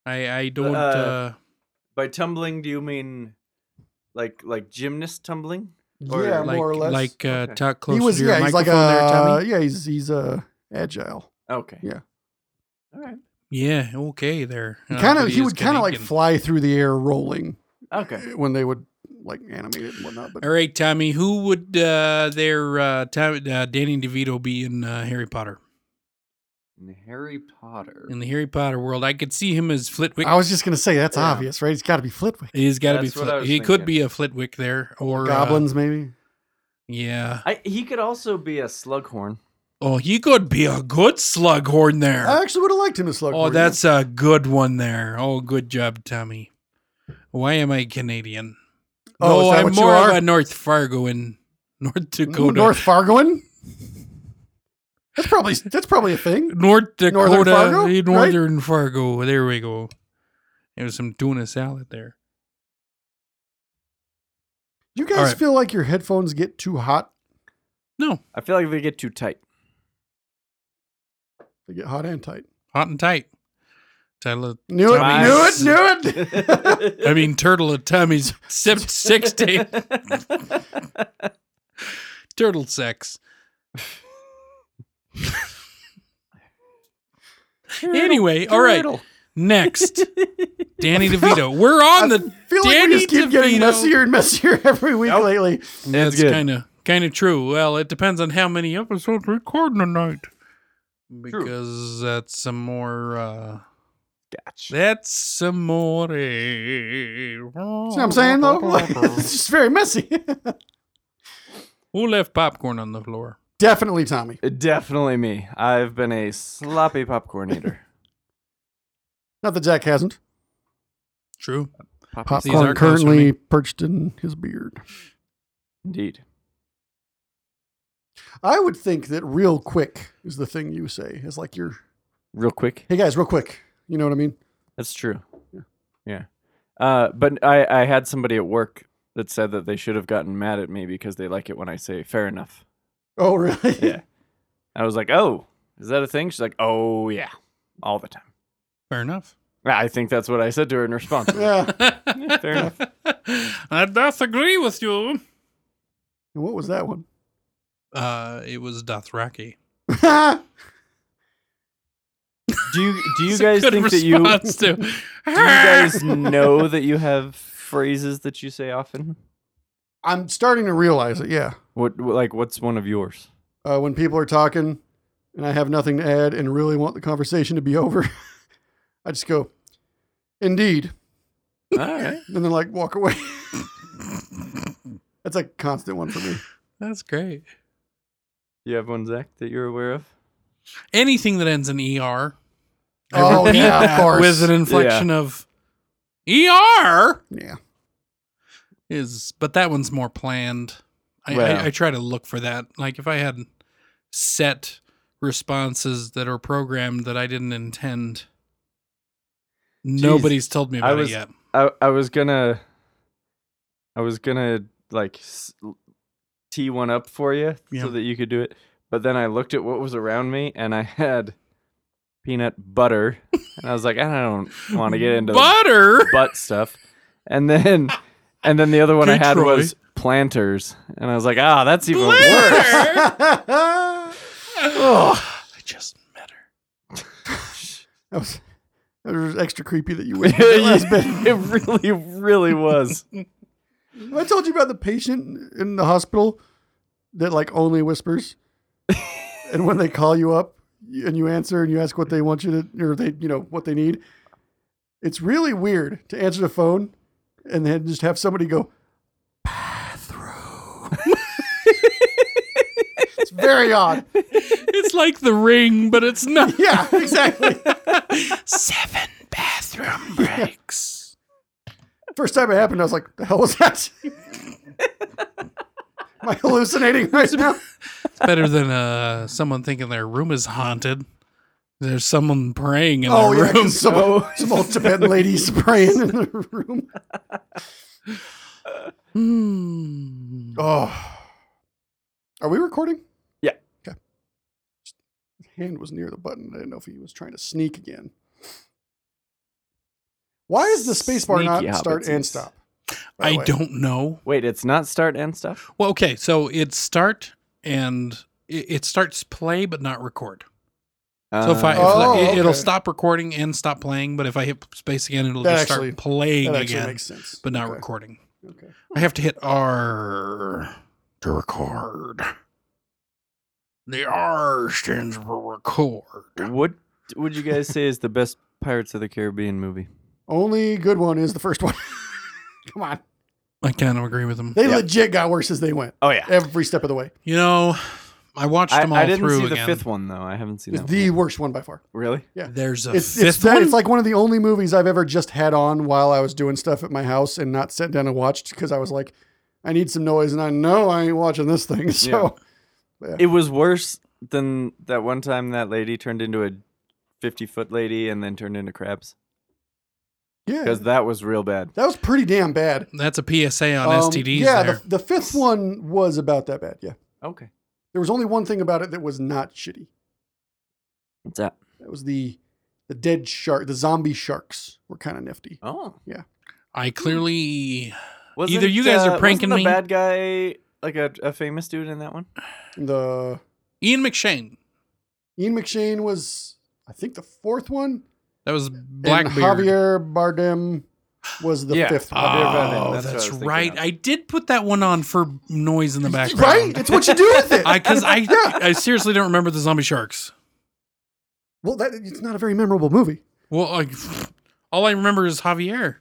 Speaker 2: I I don't.
Speaker 4: Uh,
Speaker 2: Uh,
Speaker 4: By tumbling, do you mean like like gymnast tumbling? or
Speaker 3: yeah,
Speaker 2: like
Speaker 3: more or less.
Speaker 2: like uh,
Speaker 4: Okay.
Speaker 2: talk close
Speaker 3: he was,
Speaker 2: to your
Speaker 3: yeah, he's
Speaker 2: microphone
Speaker 3: like a,
Speaker 2: there, Tommy.
Speaker 3: yeah, he's he's uh, agile.
Speaker 4: Okay.
Speaker 3: Yeah.
Speaker 4: All right.
Speaker 2: Yeah, okay there.
Speaker 3: He
Speaker 2: Uh,
Speaker 3: kind
Speaker 2: but
Speaker 3: of he
Speaker 2: is
Speaker 3: would kind of like
Speaker 2: Canadian.
Speaker 3: fly through the air rolling
Speaker 4: Okay.
Speaker 3: when they would like animate it and whatnot. But
Speaker 2: All right, Tommy, who would uh their uh, Tom, uh Danny DeVito be in uh, Harry Potter?
Speaker 4: And Harry Potter.
Speaker 2: In the Harry Potter world, I could see him as Flitwick.
Speaker 3: I was just gonna say that's
Speaker 4: Yeah.
Speaker 3: obvious, right? It's got to be Flitwick.
Speaker 2: He's got to be
Speaker 4: That's what I
Speaker 2: Flit-
Speaker 4: was
Speaker 2: he could be
Speaker 4: thinking.
Speaker 2: a Flitwick there or uh,
Speaker 3: Goblins, maybe.
Speaker 2: yeah.
Speaker 4: I, he could also be a slughorn.
Speaker 2: Oh, he could be a good Slughorn there.
Speaker 3: I actually would have liked him as Slughorn.
Speaker 2: oh,
Speaker 3: yeah.
Speaker 2: that's a good one there. Oh, good job, Tommy. Why am I Canadian?
Speaker 3: Oh, is
Speaker 2: no,
Speaker 3: that
Speaker 2: I'm
Speaker 3: what you
Speaker 2: more
Speaker 3: are?
Speaker 2: of a North Fargo in North Dakota.
Speaker 3: North Fargoin. That's probably that's probably a thing.
Speaker 2: North Dakota,
Speaker 3: Northern Fargo,
Speaker 2: eh,
Speaker 3: right?
Speaker 2: Northern Fargo. There we go. There's some tuna salad there.
Speaker 3: Do you guys
Speaker 2: All right.
Speaker 3: feel like your headphones get too hot?
Speaker 2: No,
Speaker 4: I feel like they get too tight.
Speaker 3: They get hot and tight.
Speaker 2: hot and tight. Tyler,
Speaker 3: Knew it,
Speaker 4: Tommy.
Speaker 3: knew it, knew it.
Speaker 2: I mean, turtle of tummy's sipped six days. turtle sex. Anyway, all right. Next, Danny DeVito. We're on the
Speaker 3: feel like
Speaker 2: Danny
Speaker 3: we just keep getting
Speaker 2: DeVito.
Speaker 3: messier and messier every week lately.
Speaker 2: That's
Speaker 4: good.
Speaker 2: kind of kind of true. Well, it depends on how many episodes we record tonight, because that's some more. uh
Speaker 4: Gotcha.
Speaker 2: That's some more. eh,
Speaker 3: See what I'm saying though? it's just very messy.
Speaker 2: Who left popcorn on the floor?
Speaker 3: Definitely Tommy.
Speaker 4: Definitely me. I've been a sloppy popcorn eater.
Speaker 3: Not that Jack hasn't.
Speaker 2: True.
Speaker 4: Pop-
Speaker 2: These are
Speaker 3: Popcorn
Speaker 2: close to
Speaker 3: currently perched in his beard.
Speaker 4: Indeed.
Speaker 3: I would think that real quick is the thing you say. It's like you're,
Speaker 4: Real quick.
Speaker 3: hey guys, real quick. You know what I mean?
Speaker 4: That's true. Yeah. Uh, but I, I had somebody at work that said that they should have gotten mad at me because they like it when I say fair enough.
Speaker 3: Oh, really?
Speaker 4: Yeah. I was like, oh, is that a thing? She's like, oh, yeah, all the time.
Speaker 2: Fair enough.
Speaker 4: I think that's what I said to her in response.
Speaker 3: Yeah.
Speaker 4: Yeah, fair enough.
Speaker 2: I doth agree with you.
Speaker 3: And what was that one?
Speaker 2: Uh, it was Dothraki.
Speaker 3: Ah!
Speaker 4: Do you do you
Speaker 2: It's a
Speaker 4: guys
Speaker 2: good
Speaker 4: think that you do
Speaker 2: response to-
Speaker 4: you guys know that you have phrases that you say often?
Speaker 3: I'm starting to realize it. Yeah.
Speaker 4: What what- like what's one of yours?
Speaker 3: Uh, when people are talking and I have nothing to add and really want the conversation to be over, I just go, indeed.
Speaker 4: All right.
Speaker 3: And then like walk away. That's a constant one for me.
Speaker 2: That's great.
Speaker 4: You have one, Zach, that you're aware of?
Speaker 2: Anything that ends in er. I
Speaker 3: Oh,
Speaker 2: repeat
Speaker 3: yeah, of
Speaker 2: that
Speaker 3: course.
Speaker 2: With an inflection of er
Speaker 3: Yeah.
Speaker 2: is, but that one's more planned. I,
Speaker 4: Well.
Speaker 2: I, I try to look for that. Like if I had set responses that are programmed that I didn't intend, nobody's told me
Speaker 4: I
Speaker 2: about
Speaker 4: was-
Speaker 2: it yet.
Speaker 4: I I was gonna I was gonna like s- tee one up for you
Speaker 2: Yeah.
Speaker 4: so that you could do it, but then I looked at what was around me and I had peanut butter, and I was like, I don't want to get into the
Speaker 2: butter.
Speaker 4: butt stuff. And then and then the other one I had
Speaker 2: Troy.
Speaker 4: was planters. And I was like, ah, that's even worse.
Speaker 2: Butter.
Speaker 3: that
Speaker 2: I just met her.
Speaker 3: was that was extra creepy that you went.
Speaker 4: it really, really was.
Speaker 3: I told you about the patient in the hospital that like only whispers, and when they call you up and you answer and you ask what they want you to or they you know what they need, it's really weird to answer the phone and then just have somebody go bathroom. it's very odd.
Speaker 2: It's like the ring, but it's not.
Speaker 3: Yeah, exactly.
Speaker 2: Seven bathroom breaks.
Speaker 3: First time it happened, I was like, "The hell was that?" Am I hallucinating right now?
Speaker 2: It's better than uh, someone thinking their room is haunted. There's someone praying in
Speaker 3: Oh,
Speaker 2: their
Speaker 3: yeah,
Speaker 2: room.
Speaker 3: 'cause some, some old Tibetan lady spraying in the room.
Speaker 2: Hmm.
Speaker 3: Oh, are we recording?
Speaker 4: Yeah.
Speaker 3: Okay. His hand was near the button. I didn't know if he was trying to sneak again. Why is the spacebar not
Speaker 4: Sneaky
Speaker 3: start and
Speaker 4: hobbitses.
Speaker 3: stop? by the
Speaker 2: I
Speaker 3: way?
Speaker 2: don't know.
Speaker 4: Wait, it's not start and stuff?
Speaker 2: Well, okay, so it start and it, it starts play, but not record. So if I, if
Speaker 4: Uh,
Speaker 3: Oh,
Speaker 2: I- it, will
Speaker 3: okay.
Speaker 2: stop recording and stop playing, but if I hit space again, it'll
Speaker 3: That
Speaker 2: just
Speaker 3: actually-
Speaker 2: start playing
Speaker 3: That actually
Speaker 2: again,
Speaker 3: makes sense.
Speaker 2: but not
Speaker 3: okay.
Speaker 2: recording.
Speaker 3: Okay.
Speaker 2: I have to hit R to record. The R stands for record.
Speaker 4: what would you guys say is the best Pirates of the Caribbean movie?
Speaker 3: Only good one is the first one. Come on,
Speaker 2: I kind of agree with him.
Speaker 3: they
Speaker 4: Yeah.
Speaker 3: legit got worse as they went
Speaker 4: Oh yeah.
Speaker 3: every step of the way.
Speaker 2: You know, I watched
Speaker 4: I,
Speaker 2: them all
Speaker 4: I didn't
Speaker 2: through
Speaker 4: see
Speaker 2: again.
Speaker 4: the fifth one though. I haven't seen
Speaker 3: It's
Speaker 4: that
Speaker 3: the
Speaker 4: one.
Speaker 3: worst one by far.
Speaker 4: Really?
Speaker 2: There's a
Speaker 3: It's
Speaker 2: fifth
Speaker 3: it's, that,
Speaker 2: one.
Speaker 3: it's like one of the only movies I've ever just had on while I was doing stuff at my house and not sat down and watched because I was like, I need some noise and I know I ain't watching this thing. So
Speaker 4: It was worse than that one time that lady turned into a fifty foot lady and then turned into crabs.
Speaker 3: yeah,
Speaker 4: Because that was real bad.
Speaker 3: that was pretty damn bad.
Speaker 2: That's a PSA on
Speaker 3: Um,
Speaker 2: STDs.
Speaker 3: Yeah,
Speaker 2: there.
Speaker 3: The, the fifth one was about that bad. Yeah,
Speaker 4: Okay.
Speaker 3: there was only one thing about it that was not shitty.
Speaker 4: What's that?
Speaker 3: That was the the dead shark, the zombie sharks were kind of nifty.
Speaker 4: Oh.
Speaker 2: I clearly
Speaker 4: Wasn't,
Speaker 2: you guys are
Speaker 4: wasn't
Speaker 2: pranking
Speaker 4: the
Speaker 2: me-
Speaker 4: bad guy like a, a famous dude in that one?
Speaker 3: The
Speaker 2: Ian McShane.
Speaker 3: Ian McShane was, I think, the fourth one.
Speaker 2: That was
Speaker 3: and
Speaker 2: Blackbeard.
Speaker 3: Javier Bardem was the
Speaker 4: Yeah.
Speaker 3: fifth one.
Speaker 4: Javier Bardem,
Speaker 2: Oh,
Speaker 4: that's what I was
Speaker 2: that's,
Speaker 4: thinking
Speaker 2: right.
Speaker 4: of.
Speaker 2: I did put that one on for noise in the
Speaker 3: right?
Speaker 2: background.
Speaker 3: It's what you do with
Speaker 2: um,
Speaker 3: it.
Speaker 2: I because I, I seriously don't remember the zombie sharks.
Speaker 3: well, that, it's not a very memorable movie.
Speaker 2: Well, like all I remember is Javier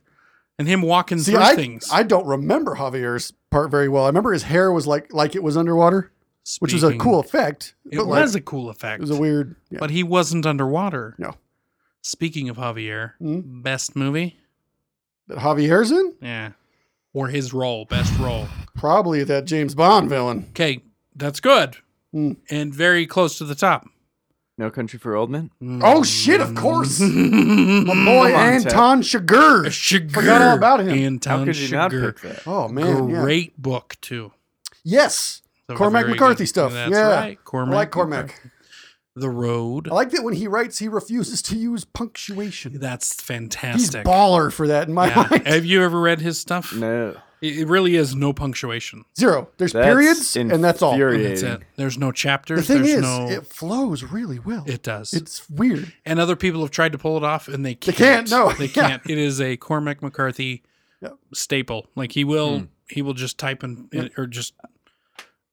Speaker 2: and him walking
Speaker 3: See,
Speaker 2: through
Speaker 3: I,
Speaker 2: things.
Speaker 3: I don't remember Javier's part very well. I remember his hair was like like it was underwater, which was a
Speaker 2: Speaking-
Speaker 3: cool effect.
Speaker 2: It
Speaker 3: but
Speaker 2: was
Speaker 3: like,
Speaker 2: a cool effect.
Speaker 3: it was a weird. Yeah.
Speaker 2: But he wasn't underwater.
Speaker 3: No.
Speaker 2: Speaking of Javier,
Speaker 3: Mhm.
Speaker 2: best movie?
Speaker 3: that Javier's in
Speaker 2: Yeah. Or his role, best role.
Speaker 3: probably that James Bond villain.
Speaker 2: Okay, that's good.
Speaker 3: Mm.
Speaker 2: And very close to the top.
Speaker 4: No Country for Old Men.
Speaker 3: Oh shit! Of course,
Speaker 2: Mm-hmm.
Speaker 3: my boy
Speaker 2: Boy,
Speaker 4: Come on,
Speaker 3: Anton Chigurh.
Speaker 2: Sugar.
Speaker 3: Forgot all about him.
Speaker 2: Anton
Speaker 4: How could you not
Speaker 2: Chigurh.
Speaker 4: pick that?
Speaker 3: Oh man, yeah.
Speaker 2: Great book, too.
Speaker 3: Yes,
Speaker 2: That was
Speaker 3: Cormac
Speaker 2: very
Speaker 3: McCarthy stuff,
Speaker 2: That's
Speaker 3: yeah.
Speaker 2: right.
Speaker 3: I
Speaker 2: Cormac.
Speaker 3: like Cormac.
Speaker 2: The Road.
Speaker 3: I like that when he writes, he refuses to use punctuation.
Speaker 2: That's
Speaker 3: He's
Speaker 2: fantastic.
Speaker 3: baller for that in my
Speaker 2: Yeah.
Speaker 3: mind.
Speaker 2: Have you ever read his stuff?
Speaker 4: No.
Speaker 2: It it really is no punctuation.
Speaker 3: Zero. There's
Speaker 4: That's
Speaker 3: periods, and that's all.
Speaker 4: infuriating.
Speaker 2: That's it. There's no
Speaker 3: The
Speaker 2: chapters.
Speaker 3: thing
Speaker 2: There's
Speaker 3: is,
Speaker 2: no.
Speaker 3: it
Speaker 2: It,
Speaker 3: flows really well.
Speaker 2: does.
Speaker 3: It's weird.
Speaker 2: and other people have tried to pull it off, and they can't.
Speaker 3: can't, no.
Speaker 2: they
Speaker 3: Yeah.
Speaker 2: can't. It is a Cormac McCarthy
Speaker 3: Yep.
Speaker 2: staple. Like he will,
Speaker 4: Hmm.
Speaker 2: he will just type and or just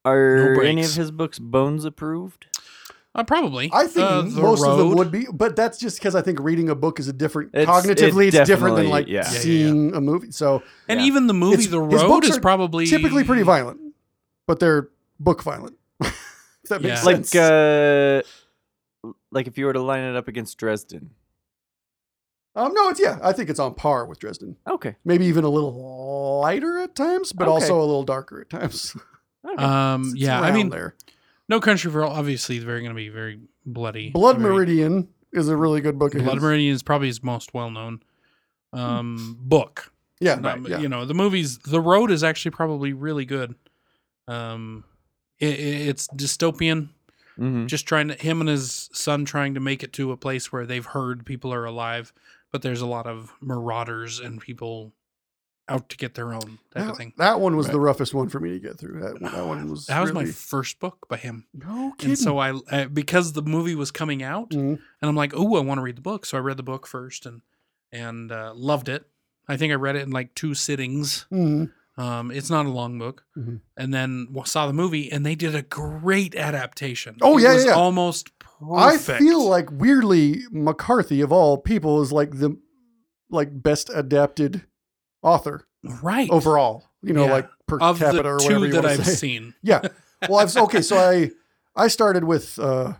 Speaker 4: Are any
Speaker 2: breaks.
Speaker 4: of his books Bones approved?
Speaker 2: uh, probably.
Speaker 3: I think
Speaker 2: Uh, The
Speaker 3: most of
Speaker 2: Road.
Speaker 3: them would be, but that's just because I think reading a book is a different
Speaker 4: It's-
Speaker 3: cognitively.
Speaker 4: it
Speaker 3: it's different than
Speaker 4: definitely-
Speaker 3: like
Speaker 4: yeah. Yeah, yeah, yeah.
Speaker 3: seeing a movie. So
Speaker 2: and
Speaker 4: Yeah.
Speaker 2: even the movie
Speaker 3: It's-
Speaker 2: The
Speaker 3: his
Speaker 2: Road
Speaker 3: books
Speaker 2: is
Speaker 3: are
Speaker 2: probably
Speaker 3: typically pretty violent, but they're book violent. if that makes
Speaker 2: Yeah.
Speaker 4: Like
Speaker 3: sense.
Speaker 4: uh like if you were to line it up against Dresden.
Speaker 3: um, no, it's yeah. I think it's on par with Dresden.
Speaker 4: Okay.
Speaker 3: Maybe even a little lighter at times, but
Speaker 4: Okay.
Speaker 3: also a little darker at times.
Speaker 4: okay.
Speaker 2: Um,
Speaker 3: It's
Speaker 2: yeah, I
Speaker 3: around
Speaker 2: mean,
Speaker 3: there.
Speaker 2: No Country for Old. Obviously, they're going to be very bloody.
Speaker 3: Blood
Speaker 2: very-
Speaker 3: Meridian is a really good book. of
Speaker 2: Blood
Speaker 3: his.
Speaker 2: Meridian is probably his most well-known um, book.
Speaker 3: Hmm. Yeah,
Speaker 2: Not-
Speaker 3: right, yeah.
Speaker 2: you know the movies the road is actually probably really good um i i it's dystopian
Speaker 3: Mm-hmm.
Speaker 4: Mhm.
Speaker 2: just trying to him and his son trying to make it to a place where they've heard people are alive but there's a lot of marauders and people out to get their own type
Speaker 3: that,
Speaker 2: of thing
Speaker 3: that one was
Speaker 4: Right.
Speaker 3: the roughest one for me to get through. That, that one was
Speaker 2: that was my
Speaker 3: really-
Speaker 2: first book by him
Speaker 3: no kidding.
Speaker 2: and so I, I because the movie was coming out
Speaker 3: Mhm.
Speaker 2: and I'm like, oh, I want to read the book. So I read the book first and and uh, loved it. I think I read it in like two sittings.
Speaker 3: Mhm.
Speaker 2: Um, it's not a long book.
Speaker 3: Mhm.
Speaker 2: And then wa- saw the movie, and they did a great adaptation.
Speaker 3: Oh,
Speaker 2: It
Speaker 3: yeah,
Speaker 2: was
Speaker 3: yeah, yeah.
Speaker 2: almost
Speaker 3: I
Speaker 2: perfect.
Speaker 3: feel like weirdly McCarthy of all people is like the like best adapted author
Speaker 2: right
Speaker 3: overall. You know,
Speaker 2: Yeah.
Speaker 3: like per
Speaker 2: of
Speaker 3: capita
Speaker 2: the
Speaker 3: or whatever
Speaker 2: two
Speaker 3: you
Speaker 2: that I've
Speaker 3: want to say.
Speaker 2: seen.
Speaker 3: Yeah. Well, I've okay. So I I started with uh,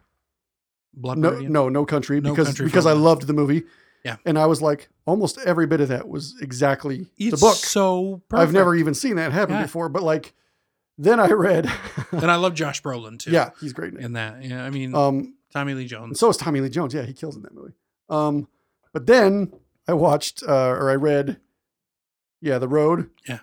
Speaker 2: Blood
Speaker 3: no
Speaker 2: Meridian.
Speaker 3: no no country
Speaker 2: No
Speaker 3: because
Speaker 2: Country for
Speaker 3: because
Speaker 2: Old
Speaker 3: I
Speaker 2: Men.
Speaker 3: loved the movie.
Speaker 2: Yeah.
Speaker 3: And I was like, almost every bit of that was exactly
Speaker 2: it's
Speaker 3: the book.
Speaker 2: so perfect.
Speaker 3: I've never even seen that happen
Speaker 2: Yeah.
Speaker 3: before, but like then I read
Speaker 2: and I love Josh Brolin too.
Speaker 3: Yeah, he's great in it.
Speaker 2: in that. Yeah, I mean
Speaker 3: Um
Speaker 2: Tommy Lee
Speaker 3: and
Speaker 2: Jones.
Speaker 3: so is Tommy Lee Jones. Yeah, he kills in that movie. Um but then I watched uh or I read yeah, The Road.
Speaker 2: Yeah.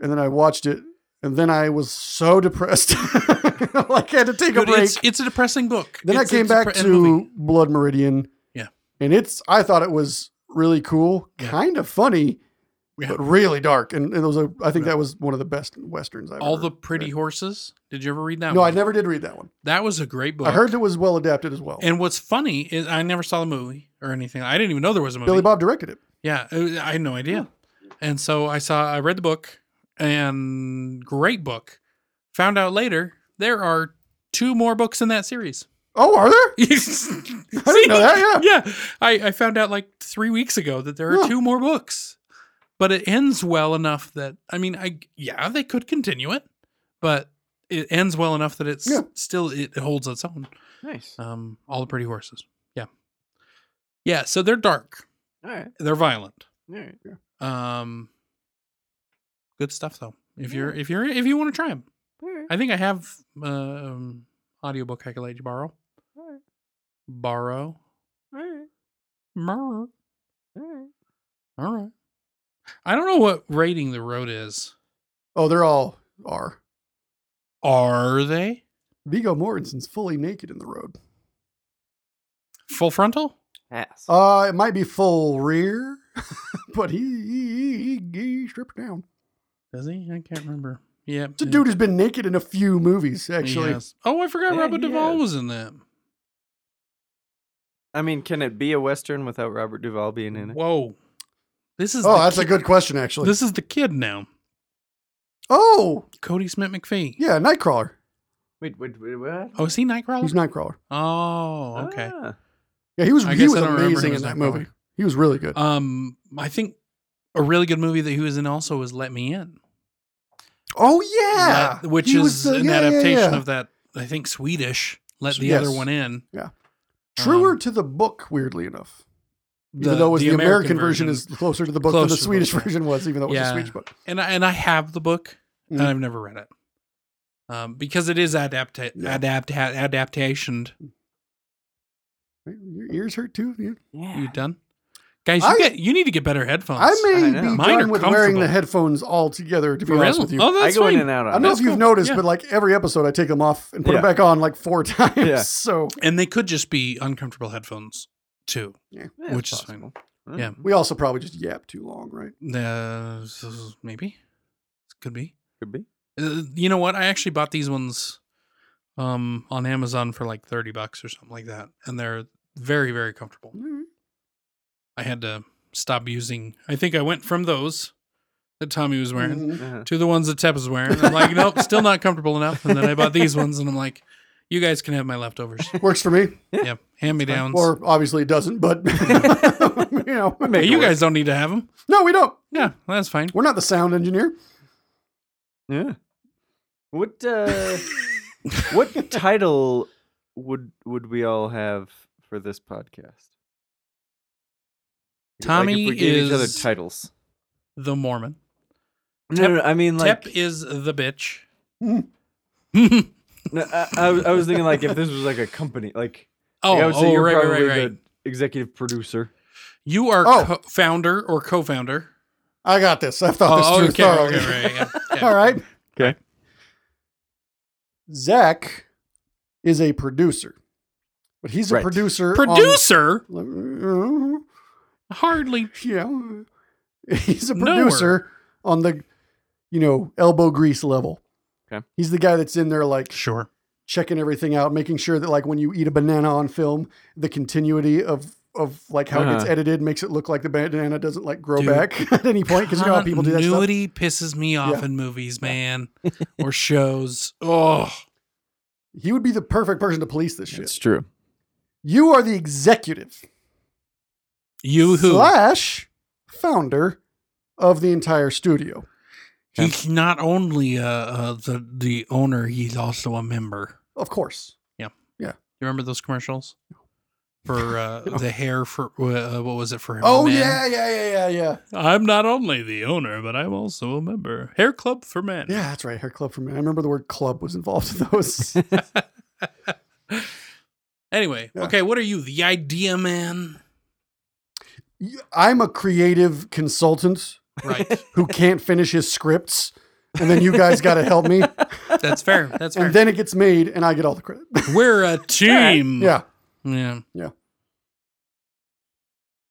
Speaker 3: And then I watched it and then I was so depressed. like I had to take a
Speaker 2: Dude,
Speaker 3: break.
Speaker 2: it's, it's a depressing book.
Speaker 3: Then
Speaker 2: It's-
Speaker 3: I came
Speaker 2: it's a
Speaker 3: back
Speaker 2: pre- and
Speaker 3: to
Speaker 2: movie.
Speaker 3: Blood Meridian.
Speaker 2: Yeah.
Speaker 3: And it's I thought it was really cool,
Speaker 2: Yeah.
Speaker 3: kind of funny,
Speaker 2: Yeah.
Speaker 3: but really dark. And, and it was a, I think
Speaker 2: Yeah.
Speaker 3: that was one of the best westerns I've
Speaker 2: All
Speaker 3: ever
Speaker 2: the Pretty
Speaker 3: read.
Speaker 2: Horses. Did you ever read that
Speaker 3: No,
Speaker 2: one?
Speaker 3: I never did read that one.
Speaker 2: That was a great book.
Speaker 3: I heard it was well adapted as well.
Speaker 2: And what's funny is I never saw the movie or anything. I didn't even know there was a movie.
Speaker 3: Billy Bob Hmm. directed it.
Speaker 2: Yeah, it was- I had no idea. And so I saw, I read the book, and great book. Found out later there are two more books in that series.
Speaker 3: Oh, are there?
Speaker 2: I didn't
Speaker 3: know that,
Speaker 2: Yeah, I, I found out like three weeks ago that there are
Speaker 3: Huh.
Speaker 2: two more books, but it ends well enough that I mean, I yeah, they could continue it, but it ends well enough that it's
Speaker 3: Yeah.
Speaker 2: still it holds its own.
Speaker 4: Nice.
Speaker 2: Um, all the pretty horses. Yeah. Yeah. So they're dark.
Speaker 4: All right.
Speaker 2: They're violent.
Speaker 4: All right.
Speaker 2: Um, good stuff though. If you're if you're if you want to try them, I think I have um audiobook I could let you borrow.
Speaker 4: Alright.
Speaker 2: Borrow. Borrow. All right. I don't know what rating the road is.
Speaker 3: Oh, they're all are.
Speaker 2: Are they
Speaker 3: Vigo Mortensen's fully naked in the road.
Speaker 2: full frontal?
Speaker 4: Pass.
Speaker 3: Uh, it might be full rear, but he he, he, he stripped down.
Speaker 2: Does he? I can't remember. Yeah.
Speaker 3: It's a dude who's been naked in a few movies, actually.
Speaker 2: Oh, I forgot
Speaker 4: Yeah,
Speaker 2: Robert
Speaker 4: he
Speaker 2: Duvall
Speaker 4: is.
Speaker 2: was in that.
Speaker 4: I mean, can it be a western without Robert Duvall being in it?
Speaker 2: Whoa. This is
Speaker 3: Oh,
Speaker 2: the
Speaker 3: that's a
Speaker 2: kid-
Speaker 3: good question, actually.
Speaker 2: This is the kid now.
Speaker 3: oh,
Speaker 2: Cody Smith McPhee.
Speaker 3: yeah, Nightcrawler.
Speaker 4: Wait, wait, wait, what?
Speaker 2: Oh, is he Nightcrawler?
Speaker 3: He's Nightcrawler.
Speaker 2: oh, okay.
Speaker 4: Ah.
Speaker 3: Yeah, he was
Speaker 2: I
Speaker 3: he
Speaker 2: guess
Speaker 3: was
Speaker 2: I don't remember
Speaker 3: amazing
Speaker 2: he
Speaker 3: in
Speaker 2: was
Speaker 3: that
Speaker 2: Nightcrawler.
Speaker 3: movie. He was really good.
Speaker 2: Um, I think a really good movie that he was in also was Let Me In.
Speaker 3: oh yeah,
Speaker 2: Let- which
Speaker 3: He
Speaker 2: is
Speaker 3: was the-
Speaker 2: an
Speaker 3: yeah, yeah,
Speaker 2: adaptation
Speaker 3: yeah.
Speaker 2: of that, I think, Swedish. Let the
Speaker 3: Yes.
Speaker 2: other one in.
Speaker 3: truer
Speaker 2: um,
Speaker 3: to the book. Weirdly enough, even though it was the, American, version, is closer to the book than the
Speaker 2: Closer to the
Speaker 3: Swedish
Speaker 2: book, yeah.
Speaker 3: version was, even though it was
Speaker 2: Yeah.
Speaker 3: a Swedish book.
Speaker 2: and I, and I have the book, and
Speaker 3: Mm.
Speaker 2: I've never read it, um, because it is adapta-
Speaker 3: Yeah.
Speaker 2: adapt adaptation.
Speaker 3: Right? Your ears hurt too. Yeah.
Speaker 4: Yeah.
Speaker 2: You done, guys? You
Speaker 3: I-
Speaker 2: get you need to get better headphones.
Speaker 3: I may
Speaker 4: I know.
Speaker 3: be
Speaker 2: Mine are
Speaker 3: done with wearing the
Speaker 2: comfortable.
Speaker 3: headphones altogether. To be
Speaker 2: For
Speaker 3: honest
Speaker 2: real?
Speaker 3: with you,
Speaker 2: Oh,
Speaker 4: I
Speaker 2: that's
Speaker 4: go
Speaker 2: fine.
Speaker 4: in and out on
Speaker 3: I don't know if
Speaker 4: it.
Speaker 3: you've
Speaker 2: cool.
Speaker 3: noticed,
Speaker 2: Yeah.
Speaker 3: but like every episode, I take them off and put
Speaker 4: Yeah.
Speaker 3: them back on like four times.
Speaker 4: Yeah.
Speaker 3: So
Speaker 2: and they could just be uncomfortable headphones too.
Speaker 4: Yeah, it's
Speaker 2: which is fine.
Speaker 4: possible.
Speaker 2: Yeah.
Speaker 3: we also probably just yap too long, right?
Speaker 2: Uh, s- maybe could be.
Speaker 4: Could be.
Speaker 2: Uh, you know what? I actually bought these ones um, on Amazon for like thirty bucks or something like that, and they're very very comfortable. I had to stop using. I think I went from those that Tommy was wearing
Speaker 3: Mhm.
Speaker 4: Uh-huh.
Speaker 2: to the ones that Tep is wearing. And I'm like, nope, still not comfortable enough. And then I bought these ones, and I'm like, you guys can have my leftovers.
Speaker 3: Works for me,
Speaker 2: yeah, hand me downs.
Speaker 3: or obviously it doesn't, but you know,
Speaker 4: We make it
Speaker 2: you
Speaker 4: work.
Speaker 2: guys don't need to have them.
Speaker 3: no, we don't.
Speaker 2: Yeah, that's fine.
Speaker 3: We're not the sound engineer.
Speaker 4: Yeah. What uh what title would would we all have for this podcast?
Speaker 2: Tommy
Speaker 4: like if we gave each other
Speaker 2: is-
Speaker 4: titles.
Speaker 2: The Mormon.
Speaker 4: No, no, no, I mean like
Speaker 2: Tep is the bitch. Oh,
Speaker 3: Mm.
Speaker 4: no, I, I, was- I was thinking like if this was like a company, like
Speaker 2: oh,
Speaker 4: like, I would say
Speaker 2: oh,
Speaker 4: you're
Speaker 2: right, right,
Speaker 4: probably
Speaker 2: right, right.
Speaker 4: the executive producer.
Speaker 2: You are
Speaker 3: Oh.
Speaker 2: co- founder or co-founder.
Speaker 3: I got this. I've thought this
Speaker 2: Oh,
Speaker 3: through
Speaker 2: okay,
Speaker 3: thoroughly.
Speaker 2: okay, right, yeah, yeah.
Speaker 3: All right.
Speaker 4: Okay.
Speaker 3: Zach is a producer, but he's a
Speaker 4: Right.
Speaker 3: producer. on-
Speaker 2: Producer, hardly.
Speaker 3: yeah, he's a
Speaker 2: Nowhere.
Speaker 3: producer on the, you know, elbow grease level.
Speaker 4: Okay.
Speaker 3: He's the guy that's in there like
Speaker 2: Sure.
Speaker 3: checking everything out, making sure that like when you eat a banana on film, the continuity of of like how it gets
Speaker 4: Uh-huh.
Speaker 3: edited makes it look like the banana doesn't like grow
Speaker 2: Dude.
Speaker 3: back at any point because you know how people do that stuff.
Speaker 2: Continuity pisses me off
Speaker 3: Yeah.
Speaker 2: in movies, man, or shows. Oh,
Speaker 3: He would be the perfect person to police this shit.
Speaker 4: true.
Speaker 3: You are the executive
Speaker 2: you who?
Speaker 3: slash founder of the entire studio.
Speaker 2: He's not only uh, uh, the the owner; he's also a member.
Speaker 3: Of course.
Speaker 2: You remember those commercials for uh, the hair for uh, what was it for him?
Speaker 3: Oh
Speaker 2: Man?
Speaker 3: yeah, yeah, yeah, yeah, yeah.
Speaker 2: I'm not only the owner, but I'm also a member. Hair Club for Men.
Speaker 3: Yeah, that's right. Hair club for me. I remember the word club was involved in those.
Speaker 2: Anyway,
Speaker 3: Yeah.
Speaker 2: okay, what are you? The idea man,
Speaker 3: I'm a creative consultant
Speaker 2: right?
Speaker 3: who can't finish his scripts, and then you guys got to help me.
Speaker 2: That's fair. That's fair.
Speaker 3: and then it gets made, and I get all the credit.
Speaker 4: Mm.
Speaker 2: We're a team.
Speaker 3: yeah,
Speaker 2: Yeah.
Speaker 3: and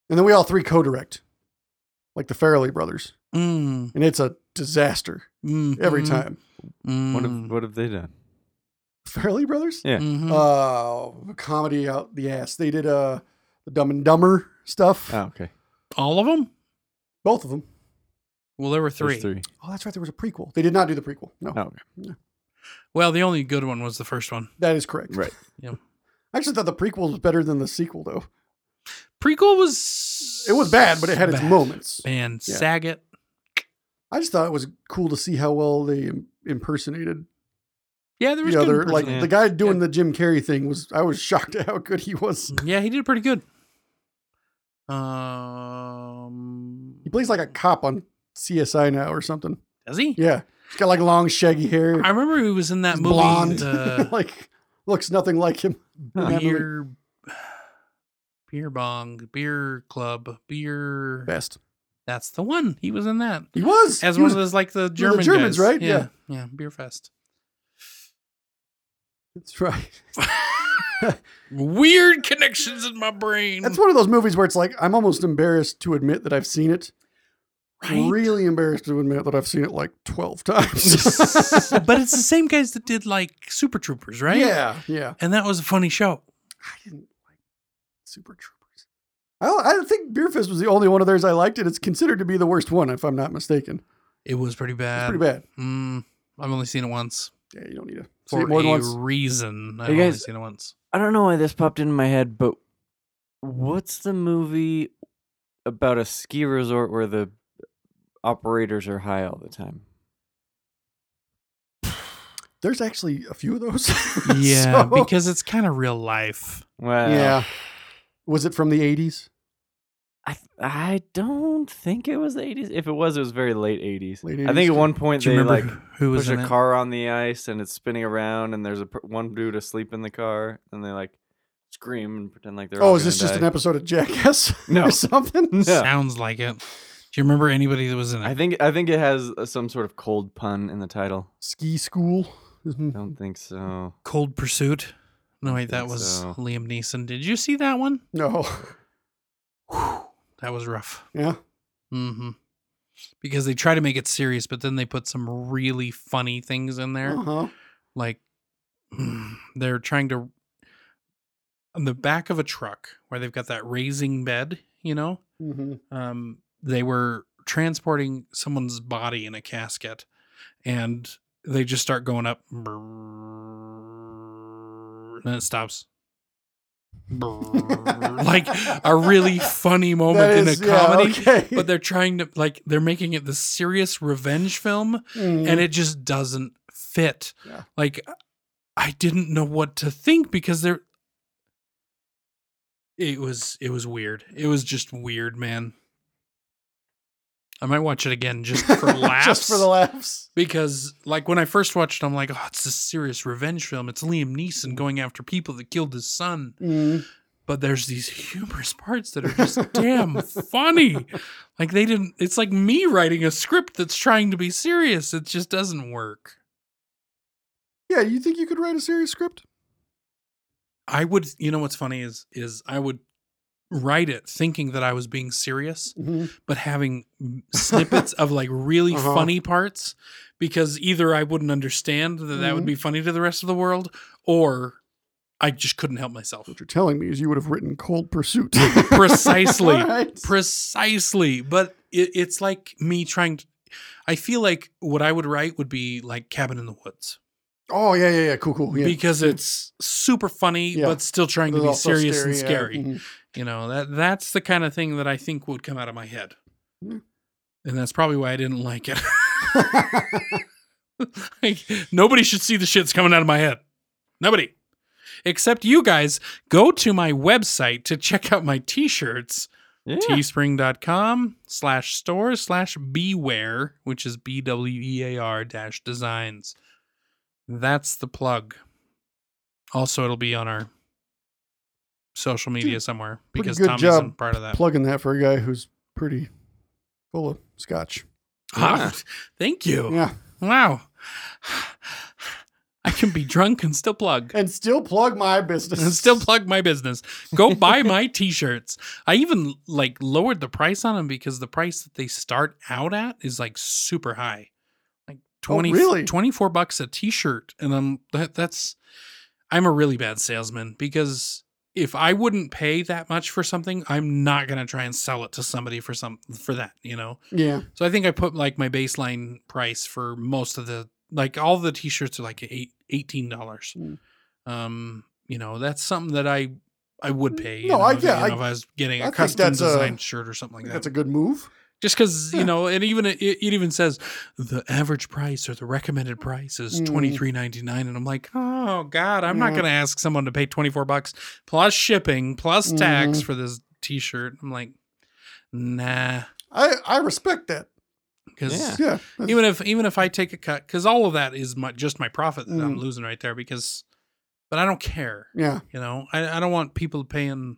Speaker 3: then we all three co-direct, like the Farrelly brothers,
Speaker 2: Mm,
Speaker 3: and it's a disaster
Speaker 2: mm,
Speaker 3: every
Speaker 4: Mm-hmm.
Speaker 2: mm,
Speaker 3: time.
Speaker 2: Mm,
Speaker 4: What have what have they done?
Speaker 3: Farrelly brothers,
Speaker 4: Yeah.
Speaker 2: mhm.
Speaker 3: uh, comedy out the ass. They did uh, the Dumb and Dumber stuff,
Speaker 4: Oh, okay.
Speaker 2: All of them?
Speaker 3: both of them.
Speaker 2: Well, there were
Speaker 4: There's
Speaker 2: three.
Speaker 4: three.
Speaker 3: Oh, that's right. There was a prequel. They did not do the prequel. No,
Speaker 4: Oh, okay.
Speaker 2: Well, the only good one was the first one.
Speaker 3: that is correct.
Speaker 4: Right.
Speaker 2: Yeah.
Speaker 3: I actually thought the prequel was better than the sequel, though.
Speaker 2: Prequel was.
Speaker 3: It was bad, but it had its
Speaker 2: bad.
Speaker 3: moments.
Speaker 2: Man,
Speaker 3: Yeah.
Speaker 2: Saget.
Speaker 3: I just thought it was cool to see how well they im- impersonated
Speaker 2: Yeah, there was
Speaker 3: the
Speaker 2: good
Speaker 3: other. Like
Speaker 2: impersonation.
Speaker 3: the guy doing the Jim Carrey thing was. I was shocked at how good he was.
Speaker 2: Yeah, he did pretty good. Um,
Speaker 3: He plays like a cop on CSI now or something.
Speaker 2: does he?
Speaker 3: Yeah, he's got like long shaggy hair.
Speaker 2: I remember he was in that
Speaker 3: he's
Speaker 2: movie. uh,
Speaker 3: blonde.
Speaker 2: The
Speaker 3: like looks nothing like him.
Speaker 4: Huh.
Speaker 3: Yeah, movie.
Speaker 2: beer, beer bong, beer club, beer.
Speaker 3: Best.
Speaker 2: That's the one. He was in that
Speaker 3: He was.
Speaker 2: as
Speaker 3: he
Speaker 2: one
Speaker 3: was-
Speaker 2: of those like the German
Speaker 3: Germans,
Speaker 2: guys.
Speaker 3: right?
Speaker 2: Yeah, yeah, beer fest.
Speaker 3: That's right.
Speaker 2: Weird connections in my brain.
Speaker 3: That's one of those movies where it's like I'm almost embarrassed to admit that I've seen it.
Speaker 2: Right?
Speaker 3: Really embarrassed to admit that I've seen it like 12 times.
Speaker 2: but it's the same guys that did like Super Troopers, right?
Speaker 3: Yeah, yeah.
Speaker 2: And that was a funny show.
Speaker 3: I didn't like Super Troopers. I, don't- I don't think Beer Fist was the only one of theirs I liked, and it's considered to be the worst one, if I'm not mistaken.
Speaker 2: It was pretty
Speaker 3: It's
Speaker 2: bad.
Speaker 3: pretty bad.
Speaker 2: Mm, I've only seen it once
Speaker 3: Yeah, you don't need to see
Speaker 2: for
Speaker 3: it more
Speaker 2: a
Speaker 3: than once.
Speaker 2: reason. I've
Speaker 4: You
Speaker 2: only
Speaker 4: guys-
Speaker 2: seen it once.
Speaker 4: I don't know why this popped into my head, but what's the movie about a ski resort where the operators are high all the time?
Speaker 3: There's actually a few of those.
Speaker 2: Yeah,
Speaker 3: So-
Speaker 2: because it's kind of real life.
Speaker 4: Well,
Speaker 3: yeah. Was it from the 80s?
Speaker 4: I th- I don't think it was the 80s. If it was, it was very late 80s.
Speaker 3: Late
Speaker 4: I think
Speaker 3: 80s.
Speaker 4: at one point
Speaker 2: Do you
Speaker 4: they
Speaker 2: remember
Speaker 4: like
Speaker 2: who was
Speaker 4: push
Speaker 2: in
Speaker 4: a
Speaker 2: it?
Speaker 4: car on the ice and it's spinning around and there's a per- one dude asleep in the car and they like scream and pretend like they're
Speaker 3: Oh,
Speaker 4: all
Speaker 3: is this
Speaker 4: gonna
Speaker 3: just an
Speaker 4: die.
Speaker 3: episode of Jackass
Speaker 4: No.
Speaker 3: or something?
Speaker 4: No.
Speaker 2: Sounds like it. Do you remember anybody that was in it?
Speaker 4: I think I think it has uh, some sort of cold pun in the title.
Speaker 3: Ski school. Mm-hmm.
Speaker 4: I don't think so.
Speaker 2: Cold Pursuit. No,
Speaker 4: I
Speaker 2: wait, that
Speaker 4: think
Speaker 2: was
Speaker 4: so.
Speaker 2: Liam Neeson. Did you see that one?
Speaker 3: No.
Speaker 2: Whew, that was rough.
Speaker 3: Yeah.
Speaker 2: hmm Because they try to make it serious, but then they put some really funny things in there.
Speaker 3: Uh-huh.
Speaker 2: Like they're trying to on the back of a truck where they've got that raising bed, you know.
Speaker 3: Mhm.
Speaker 2: Um, they were transporting someone's body in a casket, and they just start going up, and then it stops. like a really funny moment
Speaker 3: That
Speaker 2: in
Speaker 3: is-
Speaker 2: a
Speaker 3: yeah,
Speaker 2: comedy.
Speaker 3: okay.
Speaker 2: But they're trying to like they're making it this serious revenge film
Speaker 3: Mm.
Speaker 2: and it just doesn't fit.
Speaker 3: Yeah.
Speaker 2: Like I didn't know what to think because there it was it was weird. It was just weird, man. I might watch it again just for laughs.
Speaker 3: just for the laughs.
Speaker 2: because like when I first watched it, I'm like, oh, it's a serious revenge film. It's Liam
Speaker 3: Mm-hmm.
Speaker 2: Neeson going after people that killed his son
Speaker 3: Mm.
Speaker 2: but there's these humorous parts that are just damn funny. Like they didn't it's like me writing a script that's trying to be serious. It just doesn't work.
Speaker 3: Yeah, you think you could write a serious script?
Speaker 2: I would you know what's funny is is I would write it thinking that I was being serious,
Speaker 3: Mhm.
Speaker 2: but having snippets of like really
Speaker 3: Uh-huh.
Speaker 2: funny parts because either I wouldn't understand that that would
Speaker 3: Mhm.
Speaker 2: be funny to the rest of the world or I just couldn't help myself.
Speaker 3: What you're telling me is you would have written Cold Pursuit.
Speaker 2: Precisely.
Speaker 3: All right.
Speaker 2: Precisely. But it, it's like me trying to. I feel like what I would write would be like Cabin in the Woods
Speaker 3: oh, yeah, yeah, yeah. Cool, cool. Yeah.
Speaker 2: because it's super funny,
Speaker 3: Yeah.
Speaker 2: but still trying
Speaker 3: Those
Speaker 2: to be
Speaker 3: are so
Speaker 2: serious and
Speaker 3: yeah.
Speaker 2: scary.
Speaker 3: Mhm.
Speaker 2: You know, that that's the kind of thing that I think would come out of my head.
Speaker 3: Yeah.
Speaker 2: And that's probably why I didn't like it.
Speaker 3: Mm-hmm.
Speaker 2: like, nobody should see the shit's coming out of my head. Nobody. Except you guys go to my website to check out my t shirts.
Speaker 4: Yeah.
Speaker 2: teespring.com slash store slash beware which is b-w-e-a-r dash designs that's the plug also it'll be on our social media somewhere
Speaker 3: pretty
Speaker 2: because
Speaker 3: good
Speaker 2: tommy's
Speaker 3: job.
Speaker 2: not part of that
Speaker 3: Plugging that for a guy who's pretty full of scotch.
Speaker 2: Ah, thank you
Speaker 3: Yeah.
Speaker 2: wow i can be drunk and still plug
Speaker 3: And still plug my business.
Speaker 2: and still plug my business. Go buy my t-shirts. I even like lowered the price on them because the price that they start out at is like super high. Like 20
Speaker 3: Oh, really?
Speaker 2: 24 bucks a t-shirt and I'm that, that's I'm a really bad salesman because if I wouldn't pay that much for something, I'm not going to try and sell it to somebody for some for that, you know.
Speaker 3: Yeah.
Speaker 2: So I think I put like my baseline price for most of the like all the t-shirts are like eight, eighteen dollars.
Speaker 3: Mm.
Speaker 2: Um, you know, that's something that I I would pay. you
Speaker 3: Mm, No, I-
Speaker 2: know, if,
Speaker 3: yeah,
Speaker 2: you know,
Speaker 3: I-
Speaker 2: if I was getting
Speaker 3: I
Speaker 2: a
Speaker 3: think
Speaker 2: custom
Speaker 3: that's a-
Speaker 2: designed shirt or something
Speaker 3: I think
Speaker 2: like that.
Speaker 3: that's a good move.
Speaker 2: Just because
Speaker 3: Yeah.
Speaker 2: you know, and even it, it even says the average price or the recommended price is
Speaker 3: Mm.
Speaker 2: twenty three ninety nine, and I'm like, oh god, I'm not
Speaker 3: Yeah.
Speaker 2: gonna ask someone to pay twenty four bucks plus shipping plus tax
Speaker 3: Mm-hmm.
Speaker 2: for this t-shirt. I'm like, nah,
Speaker 3: I, I respect that.
Speaker 2: because
Speaker 4: Yeah.
Speaker 3: Yeah.
Speaker 2: even if even if I take a cut, because all of that is my just my profit that I'm
Speaker 3: Mm.
Speaker 2: losing right there. Because, but I don't care.
Speaker 3: Yeah.
Speaker 2: You know, I, I don't want people paying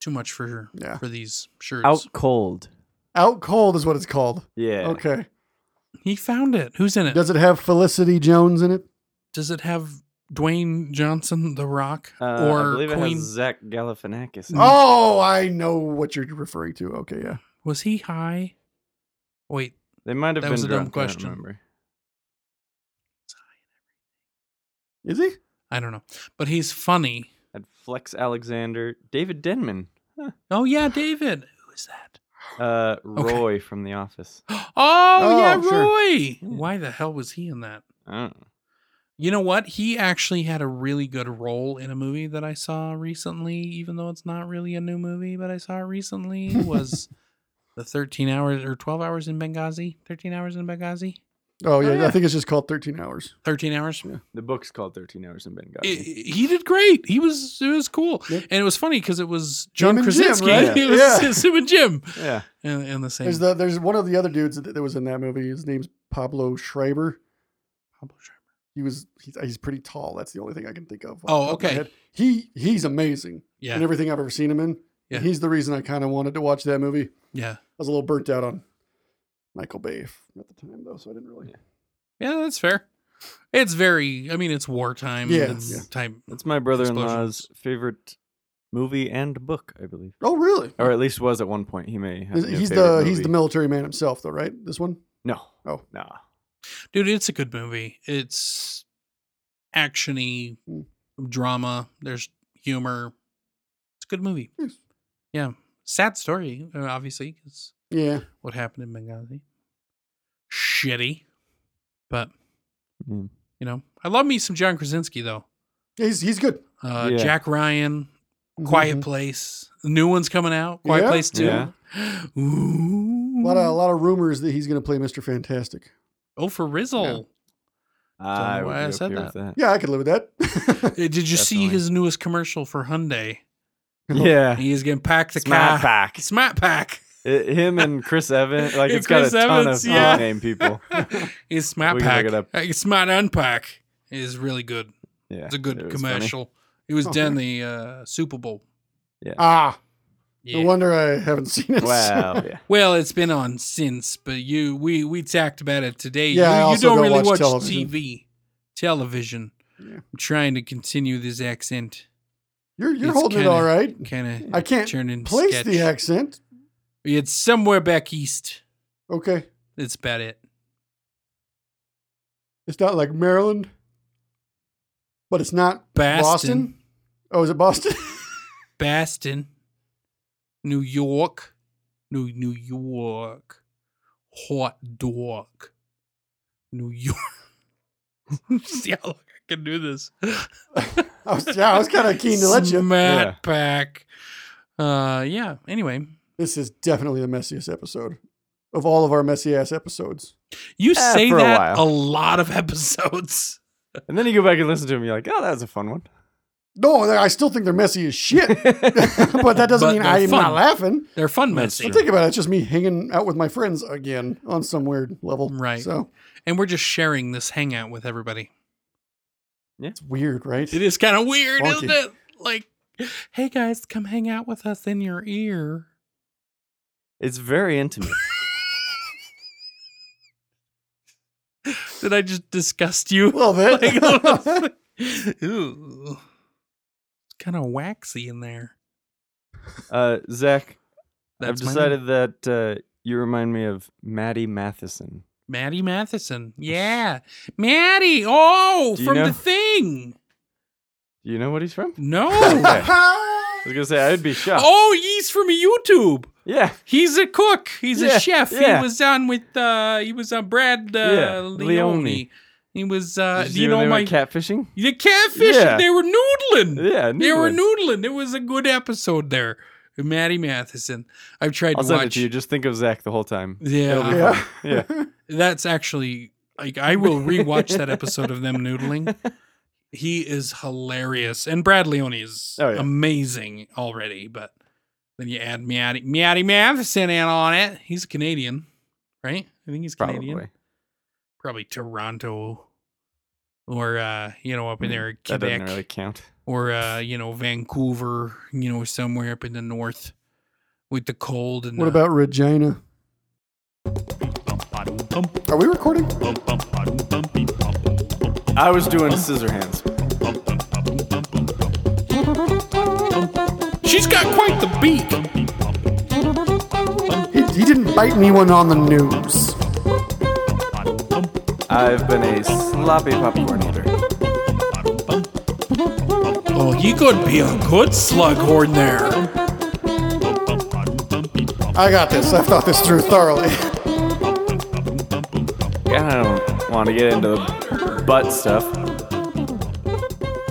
Speaker 2: too much for
Speaker 3: Yeah.
Speaker 2: for these shirts.
Speaker 4: Out cold.
Speaker 3: Out cold is what it's called.
Speaker 4: Yeah.
Speaker 3: Okay.
Speaker 2: He found it. Who's in it? Does,
Speaker 3: Does it have Felicity Jones in it?
Speaker 2: it have Dwayne Johnson, The Rock,
Speaker 4: Uh, I
Speaker 2: or
Speaker 4: believe it
Speaker 2: Queen?
Speaker 4: has Zach Galifianakis. in it.
Speaker 3: Oh, I know what you're referring to. Okay, yeah.
Speaker 2: Was he high? Wait,
Speaker 4: They might have
Speaker 2: That
Speaker 4: been
Speaker 2: was a dumb
Speaker 4: drunk. I don't
Speaker 2: question.
Speaker 4: remember.
Speaker 3: Is he?
Speaker 2: I don't know. But he's funny.
Speaker 4: Had Flex Alexander, David Denman,
Speaker 2: Oh yeah, David. Who is that?
Speaker 4: uh, Roy from The Office.
Speaker 2: Oh,
Speaker 3: Oh,
Speaker 2: yeah,
Speaker 3: sure.
Speaker 2: Roy. Why the hell was he in that?
Speaker 4: I don't know.
Speaker 2: You know what? He actually had a really good role in a movie that I saw recently, even though it's not really a new movie, but I saw it recently was the 13 hours or 12 hours in Benghazi, 13 hours in Benghazi,
Speaker 3: Oh yeah,
Speaker 4: yeah.
Speaker 3: I think it's just called 13 hours.
Speaker 2: 13 hours.
Speaker 4: The book's called Thirteen Hours in Benghazi.
Speaker 2: I- he did great. He was it was cool.
Speaker 3: Yeah.
Speaker 2: And it was funny because it was John
Speaker 3: and Jim,
Speaker 2: Krasinski.
Speaker 3: right?
Speaker 2: It was
Speaker 3: Yeah.
Speaker 2: him and Jim
Speaker 4: yeah,
Speaker 2: in, in the same.
Speaker 3: There's the there's one of the other dudes that, that was in that movie. His name's Pablo Schreiber. He was he's, he's pretty tall. That's the only thing I can think of. off the
Speaker 2: Oh,
Speaker 3: top of my
Speaker 2: okay.
Speaker 3: head. He he's amazing
Speaker 2: yeah.
Speaker 3: in everything I've ever seen him in.
Speaker 2: Yeah.
Speaker 3: And he's the reason I kind of wanted to watch that movie.
Speaker 2: yeah.
Speaker 3: I was a little burnt out on Michael Bay f- at the time though, so I didn't really.
Speaker 2: Yeah, that's fair. It's very. I mean, it's wartime.
Speaker 3: Yeah,
Speaker 2: it's
Speaker 3: yeah.
Speaker 2: type.
Speaker 4: that's my brother-in-law's
Speaker 2: Explosions.
Speaker 4: favorite movie and book, I believe,
Speaker 3: Oh really?
Speaker 4: or at least was at one point. He may have.
Speaker 3: Is-
Speaker 4: a new
Speaker 3: he's the
Speaker 4: favorite
Speaker 3: he's the
Speaker 4: movie.
Speaker 3: military man himself though, right? This one.
Speaker 4: no.
Speaker 3: Oh.
Speaker 4: nah.
Speaker 2: Dude, it's a good movie. It's actiony,
Speaker 3: Mm.
Speaker 2: drama. There's humor. It's a good movie.
Speaker 3: Yes.
Speaker 2: Yeah, sad story, uh, obviously, because
Speaker 3: Yeah.
Speaker 2: what happened in Benghazi. Shitty, but
Speaker 3: Hmm.
Speaker 4: Mm.
Speaker 2: you know, I love me some John Krasinski though.
Speaker 3: He's he's good.
Speaker 2: Uh,
Speaker 4: Yeah.
Speaker 2: Jack Ryan, Quiet
Speaker 3: Mhm.
Speaker 2: Place. The new one's coming out. Quiet
Speaker 3: Yeah.
Speaker 2: Place Two.
Speaker 4: Yeah.
Speaker 2: Ooh.
Speaker 3: A lot of a lot of rumors that he's going to play Mr. Fantastic.
Speaker 2: Oh, for Rizzle.
Speaker 4: I
Speaker 2: know
Speaker 4: would
Speaker 2: why
Speaker 4: be
Speaker 2: I
Speaker 4: okay
Speaker 2: said
Speaker 4: with that.
Speaker 3: Yeah, I could live with that.
Speaker 2: Uh, Did you see
Speaker 4: Definitely.
Speaker 2: his newest commercial for Hyundai?
Speaker 4: Yeah.
Speaker 2: He is getting packed the
Speaker 4: Smack
Speaker 2: car.
Speaker 4: pack.
Speaker 2: Smart pack.
Speaker 4: It- him and Chris Evans. Like
Speaker 2: And
Speaker 4: it's got
Speaker 2: Chris
Speaker 4: a ton
Speaker 2: Evans,
Speaker 4: of
Speaker 2: yeah.
Speaker 4: name people.
Speaker 2: He's smart
Speaker 4: We can
Speaker 2: pack.
Speaker 4: look it up.
Speaker 2: Uh, Smart unpack is really good.
Speaker 4: Yeah,
Speaker 2: It's a good
Speaker 4: it was funny.
Speaker 2: commercial. It was
Speaker 3: Oh,
Speaker 2: done the uh, Super Bowl.
Speaker 3: ah,
Speaker 2: Yeah.
Speaker 3: no wonder I haven't seen it.
Speaker 4: Wow. yeah.
Speaker 2: well, it's been on since, but you we we talked about it today.
Speaker 3: Yeah, I
Speaker 2: you, you
Speaker 3: also
Speaker 2: don't
Speaker 3: don't
Speaker 2: really
Speaker 3: watch
Speaker 2: watch,
Speaker 3: television.
Speaker 2: TV, television.
Speaker 3: Yeah.
Speaker 2: I'm trying to continue this accent.
Speaker 3: you're you're
Speaker 2: It's
Speaker 3: holding
Speaker 2: kinda-
Speaker 3: it all right.
Speaker 2: Kind of.
Speaker 3: I can't
Speaker 2: turning
Speaker 3: Place
Speaker 2: sketch.
Speaker 3: the accent.
Speaker 2: It's somewhere back east.
Speaker 3: Okay,
Speaker 2: That's about it.
Speaker 3: it's not like Maryland, but it's not
Speaker 2: Boston.
Speaker 3: Boston. Oh, is it Boston?
Speaker 2: Boston, New York, New New York, hot dog, New York. See how long I can do this.
Speaker 3: I was, yeah, I was kind of keen to let you.
Speaker 2: Smat
Speaker 4: Yeah.
Speaker 2: pack. Uh, yeah. Anyway,
Speaker 3: This is definitely the messiest episode of all of our messy ass episodes.
Speaker 2: you
Speaker 4: Eh,
Speaker 2: say
Speaker 4: for a
Speaker 2: that a,
Speaker 4: while.
Speaker 2: lot of episodes.
Speaker 4: And then you go back and listen to him. You're like, oh, that was a fun one.
Speaker 3: No, I still think they're messy as shit, but that doesn't
Speaker 2: But
Speaker 3: mean
Speaker 2: they're
Speaker 3: I'm
Speaker 2: fun.
Speaker 3: not laughing.
Speaker 2: They're fun
Speaker 4: That's
Speaker 2: messy,
Speaker 3: But think about it. It's just me hanging out with my friends again on some weird level.
Speaker 2: Right.
Speaker 3: So
Speaker 2: and we're just sharing this hangout with everybody.
Speaker 3: it's weird, right?
Speaker 2: It is kind of weird,
Speaker 3: Funky.
Speaker 2: isn't it? Like, hey guys, come hang out with us in your ear.
Speaker 4: It's very intimate.
Speaker 2: Did I just disgust
Speaker 3: A
Speaker 2: you?
Speaker 3: little
Speaker 2: Like,
Speaker 3: bit.
Speaker 2: Ooh. Kind of waxy in there.
Speaker 4: Uh, Zach,
Speaker 2: my
Speaker 4: I've
Speaker 2: name.
Speaker 4: decided that uh, you remind me of Maddie Matheson.
Speaker 2: Maddie Matheson. Yeah. Maddie. Oh,
Speaker 4: Do you
Speaker 2: from
Speaker 4: know-
Speaker 2: the thing.
Speaker 4: Do you know what he's from?
Speaker 2: No.
Speaker 4: Okay. I was gonna say I'd be shocked.
Speaker 2: oh, he's from YouTube.
Speaker 4: Yeah,
Speaker 2: He's a cook. He's
Speaker 4: Yeah,
Speaker 2: a chef.
Speaker 4: yeah.
Speaker 2: He was on with uh he was on Brad uh
Speaker 4: Yeah,
Speaker 2: Leone.
Speaker 4: Leone.
Speaker 2: He was uh
Speaker 4: Did
Speaker 2: do you know
Speaker 4: when they
Speaker 2: my
Speaker 4: went catfishing?
Speaker 2: the catfish
Speaker 4: Yeah.
Speaker 2: they were noodling.
Speaker 4: Yeah,
Speaker 2: They were
Speaker 4: Newland.
Speaker 2: noodling. It was a good episode there. Maddie Matheson. I've tried
Speaker 4: I'll
Speaker 2: to
Speaker 4: send
Speaker 2: watch.
Speaker 4: it to you. Just think of Zach the whole time. It'll be
Speaker 2: Yeah,
Speaker 3: yeah.
Speaker 4: Yeah.
Speaker 2: that's actually like I will rewatch that episode of them noodling. He is hilarious, and Brad Leone is
Speaker 4: Oh, yeah.
Speaker 2: amazing already. But then you add Maddie Maddie Matheson in on it. He's Canadian, right? I think he's Canadian.
Speaker 4: Probably.
Speaker 2: Probably Toronto, or uh, you know up in
Speaker 4: Hmm,
Speaker 2: there
Speaker 4: That
Speaker 2: Quebec
Speaker 4: doesn't really count.
Speaker 2: or uh, you know Vancouver, you know somewhere up in the north with the cold and
Speaker 3: What
Speaker 2: the-
Speaker 3: about Regina? Are we recording?
Speaker 4: I was doing scissor hands.
Speaker 2: She's got quite the beat.
Speaker 3: He, he didn't Bite me one on the news.
Speaker 4: I've been a sloppy popcorn eater.
Speaker 2: Oh, he could be a good slughorn there.
Speaker 3: I got this. I thought this through thoroughly.
Speaker 4: I don't want to get into the butt stuff.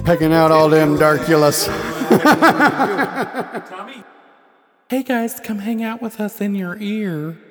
Speaker 3: Pecking out all them Darkulas.
Speaker 2: Hey guys, come hang out with us in your ear.